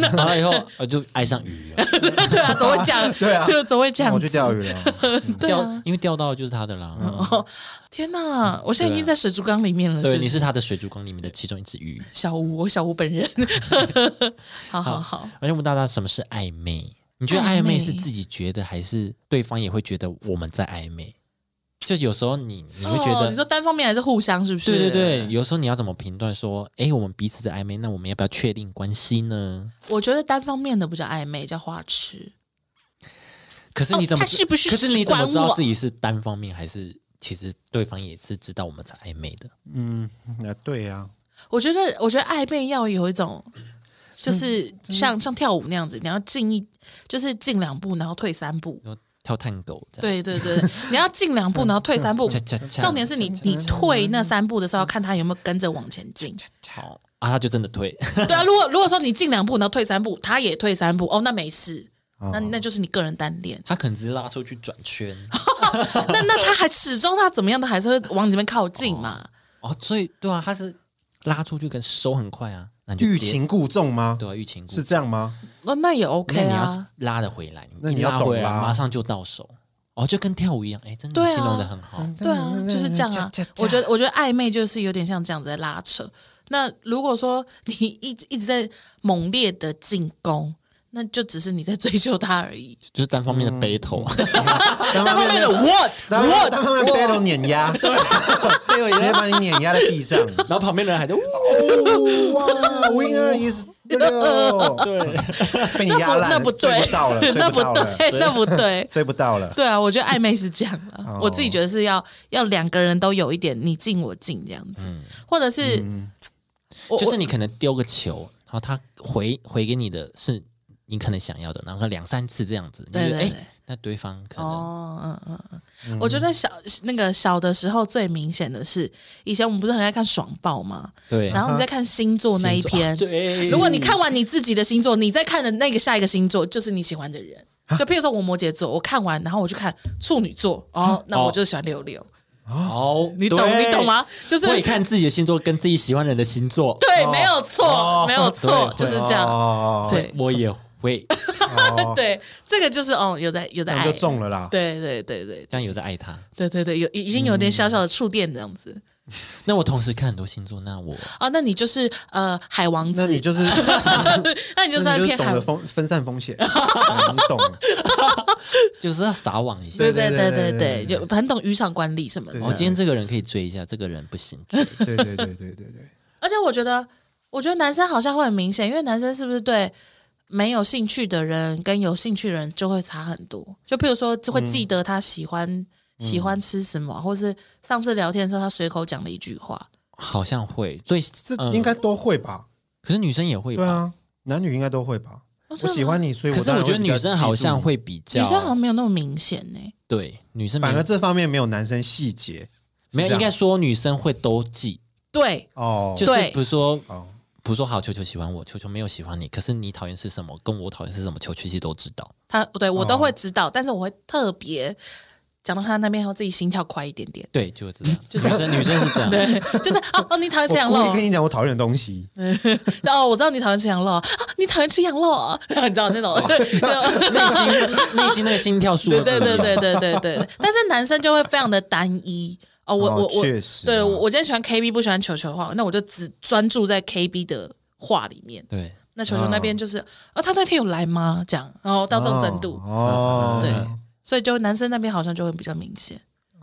Speaker 2: 然后以后呃就爱上鱼了，
Speaker 3: 对啊，总会 讲，
Speaker 1: 对啊
Speaker 3: 就总会这样
Speaker 1: 那
Speaker 3: 子。
Speaker 1: 我去钓鱼了。
Speaker 3: 对啊
Speaker 2: 钓，因为钓到的就是他的啦。
Speaker 3: 哦，天哪！我现在已经在水族缸里面了。
Speaker 2: 啊对，
Speaker 3: 不
Speaker 2: 你是他的水族缸里面的其中一只鱼。
Speaker 3: 小吴，我小吴本人。 好好好，
Speaker 2: 而且我们大家什么是暧昧？你觉得
Speaker 3: 暧
Speaker 2: 暧
Speaker 3: 昧
Speaker 2: 昧是自己觉得，还是对方也会觉得我们在暧昧？就有时候你你会觉
Speaker 3: 哦
Speaker 2: 得，
Speaker 3: 你说单方面还是互相，是不是？
Speaker 2: 对对对，，有时候你要怎么评断说，哎，我们彼此在暧昧，那我们要不要确定关系呢？
Speaker 3: 我觉得单方面的不叫暧昧，叫花痴。
Speaker 2: 可是你怎么、
Speaker 3: 哦他是不是
Speaker 2: 可是你怎么知
Speaker 3: 喜欢
Speaker 2: 道
Speaker 3: 我
Speaker 2: 自己是单方面，还是其实对方也是知道我们在暧昧的？
Speaker 1: 嗯，那对呀，
Speaker 3: 我觉得，我觉得暧昧要有一种，就是
Speaker 2: 嗯
Speaker 3: 像像跳舞那样子，你要进一，就是进两步，然后退三步。
Speaker 2: 就跳探狗这样，
Speaker 3: 对对对，对你要进两步，然后退三步。
Speaker 2: 恰恰恰
Speaker 3: 重点是你你退那三步的时候，要看他有没有跟着往前进。
Speaker 2: 好啊，他就真的退，。
Speaker 3: 对啊，如果如果说你进两步，然后退三步，他也退三步，哦，那没事，那那就是你个人单恋
Speaker 2: 他可能只是拉出去转
Speaker 3: 啊
Speaker 2: 圈
Speaker 3: 那那他还始终他怎么样，都还是会往你这边靠近嘛。
Speaker 2: 哦，所以对啊，他是拉出去跟收很快啊，那你就
Speaker 1: 欲
Speaker 2: 直接
Speaker 1: 擒故纵吗？
Speaker 2: 对啊，欲擒故
Speaker 1: 是这样吗？
Speaker 3: 那那也 OK
Speaker 2: 那你
Speaker 3: 啊
Speaker 2: 要。拉得回来，
Speaker 1: 那你
Speaker 2: 一
Speaker 1: 要
Speaker 2: 拉
Speaker 1: 懂
Speaker 2: 回来，
Speaker 1: 啦
Speaker 2: 马上就到手。哦，就跟跳舞一样，哎，真的
Speaker 3: 对
Speaker 2: 你
Speaker 3: 啊
Speaker 2: 形容的很好。
Speaker 1: 嗯
Speaker 3: 对啊，就是这 样啊
Speaker 1: 这这。这
Speaker 3: 我觉得，我觉得暧昧就是有点像这样子在拉扯。那如果说你一直一直在猛烈的进攻，那就只是你在追求他而已。
Speaker 2: 就是单方面
Speaker 1: 嗯
Speaker 2: 的 battle，
Speaker 3: 单方面的 what
Speaker 1: 然后他们
Speaker 3: what
Speaker 1: battle 碾 压， 对，直接把你碾压在地上。
Speaker 2: 然后旁边的人还在呜，
Speaker 1: 哦哇，winner is 六六，对，被你
Speaker 3: 那
Speaker 1: 压
Speaker 3: 不
Speaker 1: 烂，
Speaker 3: 那不
Speaker 1: 追
Speaker 3: 对
Speaker 1: 不到了，，追
Speaker 3: 那
Speaker 1: 不到了，
Speaker 3: 对，那不对。
Speaker 1: 追不到了。
Speaker 3: 对啊，我觉得暧昧是这样的、
Speaker 2: 哦
Speaker 3: 我自己觉得是要要两个人都
Speaker 2: 嗯
Speaker 3: 有一点你进我进这样子，或者是、我
Speaker 2: 就是你可能丢个球，然后他回回给你的是你可能想要的，然后两三次这样子，你就
Speaker 3: 对
Speaker 2: 觉得
Speaker 3: 对对
Speaker 2: 哎，那对方可能
Speaker 3: 哦，嗯嗯嗯，我觉得小那个小的时候最明显的是，以前我们不是很爱看爽报吗？
Speaker 2: 对，
Speaker 3: 然后你在看星座那一
Speaker 2: 星座啊
Speaker 3: 篇，
Speaker 2: 对，
Speaker 3: 如果你看完你自己的星座，你再看的那个下一个星座就是你喜欢的人。
Speaker 2: 啊
Speaker 3: 就譬如说，我摩羯座，我看完，然后我去看处女座，哦，那我就喜欢六六，
Speaker 2: 哦，
Speaker 3: 你懂
Speaker 2: 啊对
Speaker 3: 你懂？吗？就是
Speaker 2: 会看自己的星座跟自己喜欢人的星座，
Speaker 3: 对，没有错
Speaker 1: 哦，
Speaker 3: 没有错，就
Speaker 2: 对
Speaker 3: 是这样。
Speaker 1: 哦，
Speaker 3: 对
Speaker 2: 我也会，
Speaker 1: 哦
Speaker 3: 对，这个就是哦，有在有
Speaker 1: 这
Speaker 3: 在
Speaker 1: 样
Speaker 3: 爱
Speaker 1: 就，中了啦。
Speaker 3: 对对对对
Speaker 2: 这样有在爱他。
Speaker 3: 对对对，有已经有点小小的触电这样子。
Speaker 2: 那我同时看很多星座， 那我
Speaker 3: 哦，那你就是呃海王
Speaker 1: 那你
Speaker 3: 子，
Speaker 1: 就是，
Speaker 3: 那你就
Speaker 1: 那
Speaker 3: 算
Speaker 1: 你就是
Speaker 3: 偏
Speaker 1: 懂
Speaker 3: 海
Speaker 1: 得， 分分散风险，嗯你懂。
Speaker 2: 就是要撒网一下。
Speaker 3: 对
Speaker 1: 对
Speaker 3: 对对
Speaker 1: 对
Speaker 3: 对
Speaker 1: 对
Speaker 3: 对，有很懂渔场管理什么的
Speaker 1: 对。
Speaker 2: 哦，今天这个人可以追一下，这个人不行。追
Speaker 1: 对对对对对对对，
Speaker 3: 而且我觉得，我觉得男生好像会很明显，因为男生是不是对没有兴趣的人跟有兴趣的人就会差很多？就譬如说，就会
Speaker 1: 嗯
Speaker 3: 记得他喜欢、喜欢吃什么，或是上次聊天的时候他随口讲了一句话。
Speaker 2: 好像会对，
Speaker 1: 这
Speaker 2: 嗯
Speaker 1: 应该都会吧？
Speaker 2: 可是女生也会
Speaker 1: 对
Speaker 2: 吧？
Speaker 1: 啊，男女应该都会吧？
Speaker 3: 我
Speaker 1: 我喜欢你，所以
Speaker 2: 可是
Speaker 1: 当
Speaker 2: 我
Speaker 1: 然
Speaker 2: 觉
Speaker 1: 会比
Speaker 2: 得女
Speaker 1: 较
Speaker 2: 生
Speaker 1: 记
Speaker 2: 好
Speaker 1: 住
Speaker 2: 像
Speaker 1: 你，
Speaker 2: 会比较，
Speaker 3: 女
Speaker 1: 啊
Speaker 3: 生好像没有那么明显呢、
Speaker 2: 对女生
Speaker 1: 反
Speaker 2: 没
Speaker 1: 而
Speaker 2: 有
Speaker 1: 这方面没有男生细节，
Speaker 2: 没
Speaker 1: 是
Speaker 2: 有，
Speaker 1: 这样
Speaker 2: 应该说女生会都记，
Speaker 3: 对
Speaker 1: 哦，
Speaker 2: 就
Speaker 3: 对
Speaker 2: 是比如说，
Speaker 1: 哦
Speaker 2: 比如说好，球球喜欢我，球球没有喜欢你，可是你讨厌是什么，跟我讨厌是什么，球球其实都知道。
Speaker 3: 他，对我都
Speaker 1: 哦
Speaker 3: 会知道，但是我会特别讲到他那边后，自己心跳快一点点。
Speaker 2: 对，就是 这样。女生女生是这样，
Speaker 3: 对， 就是哦哦，你讨
Speaker 1: 我
Speaker 3: 厌吃羊肉
Speaker 1: 故意
Speaker 3: 哦
Speaker 1: 跟，你讲我讨厌的东西，
Speaker 3: 哦，我知道你讨厌吃羊肉，啊，你讨厌吃羊肉 哦，你知道那种，对对
Speaker 2: 内心那个心跳数
Speaker 3: 对
Speaker 2: 会不一
Speaker 3: 对
Speaker 2: 样。
Speaker 3: 对对对对对，但是男生就会非常的单一哦，我
Speaker 1: 哦
Speaker 3: 我我，
Speaker 1: 确实啊
Speaker 3: 对我我今天喜欢 KB 不喜欢球球的话，那我就只专注在 KB 的话里面。
Speaker 2: 对
Speaker 3: 那球球那边就是，哦，他那天有来吗？这样，然后到这种程度，
Speaker 2: 嗯
Speaker 1: 哦，
Speaker 3: 对，所以就男生那边好像就会比较明显。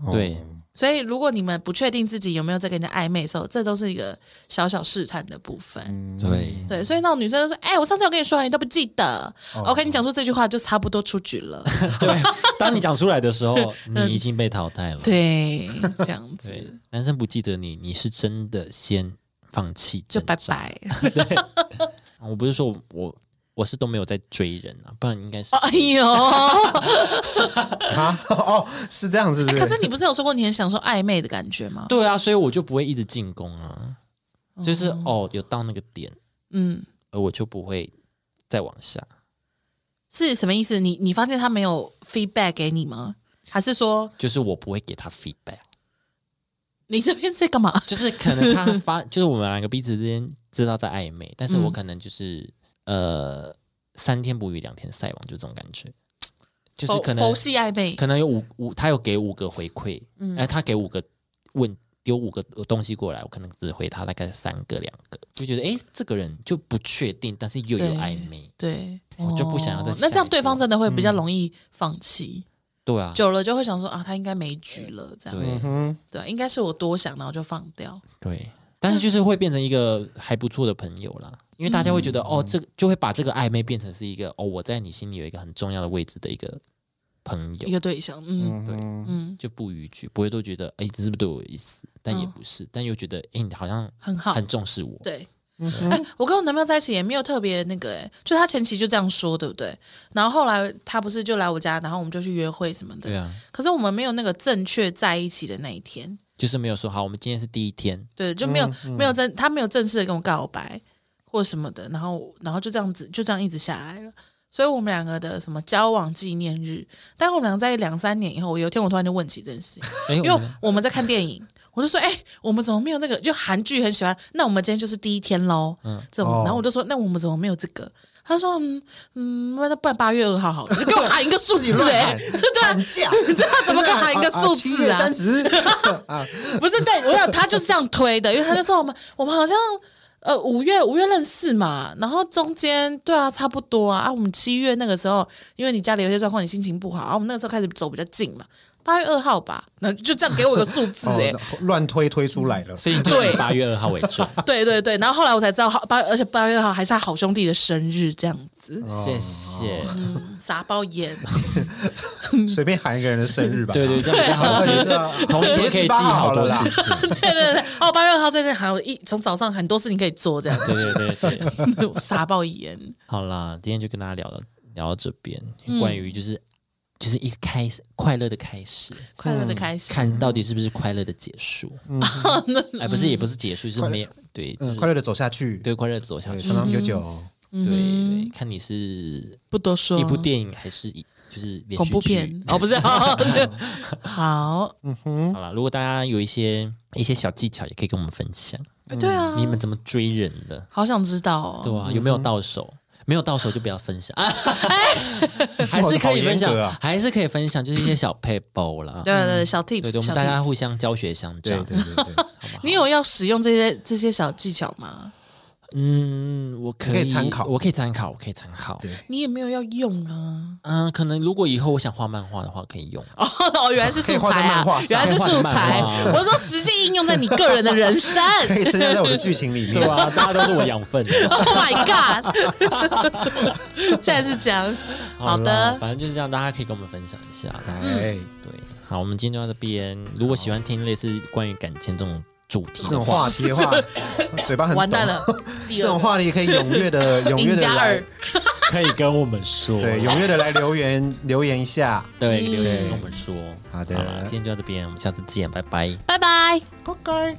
Speaker 1: 哦
Speaker 2: 对，
Speaker 3: 所以如果你们不确定自己有没有在跟人家暧昧的时候，这都是一个小小试探的部分。
Speaker 2: 嗯
Speaker 1: 嗯
Speaker 2: 对，
Speaker 3: 对，所以那种女生就说：“哎、我上次有跟你说，你都不记得。OK，你讲
Speaker 2: 哦
Speaker 3: 出这句话就差不多出局 了。
Speaker 2: 对，当你讲出来 的时候，
Speaker 1: 嗯
Speaker 2: 你已经被淘汰了。
Speaker 3: 对，这样子
Speaker 2: 对，男生不记得你，你是真的先放弃，
Speaker 3: 就拜。拜。
Speaker 2: 我不是说我我我是都没有在追人啊，不然应该是
Speaker 3: 哎呦、
Speaker 1: 啊， 哦，是这样，是不
Speaker 3: 哎
Speaker 1: 是？
Speaker 3: 可是你不是有说过你很享受暧昧的感觉吗？
Speaker 2: 对啊，所以我就不会一直进攻啊，就是哦，有到那个点，
Speaker 3: 嗯，
Speaker 2: 而我就不会再往下。
Speaker 3: 是什么意思？你你发现他没有 feedback 给你吗？还是说
Speaker 2: 就是我不会给他 feedback，
Speaker 3: 你这边在干嘛？
Speaker 2: 就是可能 他发，就是我们两个彼此之间知道在暧昧，但
Speaker 3: 嗯
Speaker 2: 是我可能就是、呃三天捕鱼两天晒网，就这种感觉，就是
Speaker 3: 佛
Speaker 2: 可能
Speaker 3: 佛系暧昧
Speaker 2: 可能有五五，他有给五个回馈，
Speaker 3: 嗯
Speaker 2: 哎、他给五个问丢五个东西过来，我可能只回他大概三个两个，就觉得哎、诶这个人就不确定，但是又有
Speaker 3: 对
Speaker 2: 暧昧，
Speaker 3: 对。
Speaker 2: 我就不想要再下一个
Speaker 3: 哦
Speaker 2: 嗯
Speaker 3: 那这样对方真的会比较容易放弃，
Speaker 2: 对啊，
Speaker 3: 久了就会想说啊，他应该没局了，这样
Speaker 2: 对
Speaker 1: 嗯，
Speaker 3: 对，应该是我多想，然后就放掉。
Speaker 2: 对，但是就是会变成一个还不错的朋友啦，因为大家会觉得、
Speaker 3: 嗯
Speaker 2: 哦，这个就会把这个暧昧变成是一个哦，我在你心里有一个很重要的位置的一个朋
Speaker 3: 一
Speaker 2: 友，
Speaker 3: 个对 象，嗯
Speaker 1: 嗯哼，
Speaker 3: 嗯，
Speaker 2: 就不逾矩，不会都觉得哎，这是不是对我有意思？但也
Speaker 3: 嗯
Speaker 2: 不是，但又觉得哎，你好像
Speaker 3: 很好，
Speaker 2: 很重视我，
Speaker 3: 对。
Speaker 1: 嗯
Speaker 3: 哎、我跟我男朋友在一起也没有特别那个、哎，就他前期就这样说，对不对？然后后来他不是就来我家，然后我们就去约会什么的。
Speaker 2: 对啊，
Speaker 3: 可是我们没有那个正确在一起的那一天，
Speaker 2: 就是没有说好，我们今天是第一天，
Speaker 3: 对，就没有、没有正他没有正式的跟我告白或什么的，然后然后就这样子就这样一直下来了。所以我们两个的什么交往纪念日，但我们俩在两三年以后，我有一天我突然就问起这件事情，
Speaker 2: 哎，
Speaker 3: 因
Speaker 2: 我
Speaker 3: 为
Speaker 2: 们
Speaker 3: 我们在看电影，我就说，哎、我们怎么没有那个？就韩剧很喜欢，那我们今天就是第一天喽，嗯，这种。
Speaker 1: 哦
Speaker 3: 然后我就说，那我们怎么没有这个？他说，嗯嗯，那不然八月二号好了，你给我喊一个数字、哎，
Speaker 1: 喊价，
Speaker 3: 这他怎么可以喊一个数
Speaker 1: 七
Speaker 3: 字
Speaker 1: 月
Speaker 3: 啊？
Speaker 1: 三十啊，
Speaker 3: 不是，对我想他就是这样推的，因为他就说我们我们好像呃五月五月认识嘛，然后中间对啊差不多啊啊我们七月那个时候，因为你家里有些状况，你心情不好，啊我们那个时候开始走比较近嘛，八月二号吧，那就这样给我个数字哎、
Speaker 1: 哦那乱推推出来了，
Speaker 2: 所以你就
Speaker 3: 对
Speaker 2: 以八月二号为准。
Speaker 3: 对对对，然后后来我才知道，八而且八月二号还是他好兄弟的生日，这样子，
Speaker 2: 谢谢，
Speaker 3: 嗯，撒包盐，嗯
Speaker 1: 随便喊一个人的生日吧。
Speaker 2: 对对，这样比较好
Speaker 1: 对
Speaker 2: 记。
Speaker 1: 对啊
Speaker 2: 同节可以记好多事情。
Speaker 3: 对对对，哦，八月二号这边还有一从早上很多事情可以做，这样
Speaker 2: 对对对对，
Speaker 3: 子 撒包盐，
Speaker 2: 好啦，今天就跟大家聊到聊到这边，关于就是、就是一个开始快乐的开始，
Speaker 3: 快乐的开
Speaker 2: 嗯
Speaker 3: 始，
Speaker 2: 看到底是不是快乐的结束？
Speaker 3: 嗯
Speaker 2: 哎，不是也不是结束，是没有对，就
Speaker 1: 嗯，
Speaker 2: 是
Speaker 1: 快乐的走下去，
Speaker 2: 对快乐地走下
Speaker 3: 嗯
Speaker 1: 对，
Speaker 2: 去。
Speaker 1: 长长久久。
Speaker 2: 对对，看你是
Speaker 3: 不多说，
Speaker 2: 一部电影还是一就是连续
Speaker 3: 恐怖
Speaker 2: 剧
Speaker 3: 片哦，不是， 好好，
Speaker 2: 好了，如果大家有一些一些小技巧，也可以跟我们分享，
Speaker 3: 对啊，
Speaker 2: 嗯你们怎么追人的，
Speaker 3: 好想知道哦，
Speaker 2: 对啊，有没有到手？没有到手就不要分享，啊、 还是可以分
Speaker 1: 好严格
Speaker 2: 享
Speaker 1: 啊，
Speaker 2: 还是可以分享，就是一些小配包啦。
Speaker 3: 对对对，小
Speaker 2: 对对，
Speaker 3: tips，
Speaker 2: 我们
Speaker 3: 小
Speaker 2: 大家
Speaker 3: tips
Speaker 2: 互相教学相
Speaker 3: 嗯
Speaker 1: 对
Speaker 2: 长。
Speaker 1: 对对对，
Speaker 3: 你有要使用这些这些小技巧吗？
Speaker 2: 嗯，我可
Speaker 1: 可以参考
Speaker 2: 我可以参考，我可以参考。
Speaker 1: 对
Speaker 3: 你也没有要用啊！
Speaker 2: 嗯，可能如果以后我想画漫画的话，可以用。
Speaker 3: 哦哦，原来是
Speaker 1: 可
Speaker 3: 素
Speaker 1: 以画在
Speaker 3: 材
Speaker 1: 漫画啊
Speaker 3: 啊，
Speaker 1: 上
Speaker 3: 原来是素
Speaker 2: 可以画在
Speaker 3: 材
Speaker 2: 漫画。
Speaker 3: 我说实际应用在你个人的人生。
Speaker 1: 可以增加在我的剧情里面。
Speaker 2: 对 啊，大家都是我养分。
Speaker 3: Oh my god！现 在是讲好
Speaker 2: 啦
Speaker 3: 的，
Speaker 2: 反正就是这样，大家可以跟我们分享一下。大家
Speaker 1: 哎，
Speaker 2: 对，啊好，我们今天就到这边。如果喜欢听类似关于感情这种主
Speaker 1: 这
Speaker 2: 题的
Speaker 1: 种
Speaker 2: 话，
Speaker 1: 话题的 话，嘴巴很
Speaker 3: 完蛋
Speaker 1: 抖
Speaker 3: 了。第
Speaker 1: 这
Speaker 3: 二
Speaker 1: 种
Speaker 3: 个
Speaker 1: 话题可以踊跃的、踊跃
Speaker 3: 赢
Speaker 1: 的
Speaker 3: 家
Speaker 1: 来
Speaker 3: 二，，
Speaker 2: 可以跟我们说。
Speaker 1: 对，踊跃的来留言留言一下。
Speaker 2: 对，留言
Speaker 1: 对
Speaker 2: 跟我们说。
Speaker 1: 好的
Speaker 2: 好了，今天就到这边，我们下次见，拜拜。
Speaker 3: 拜拜。
Speaker 1: 乖乖。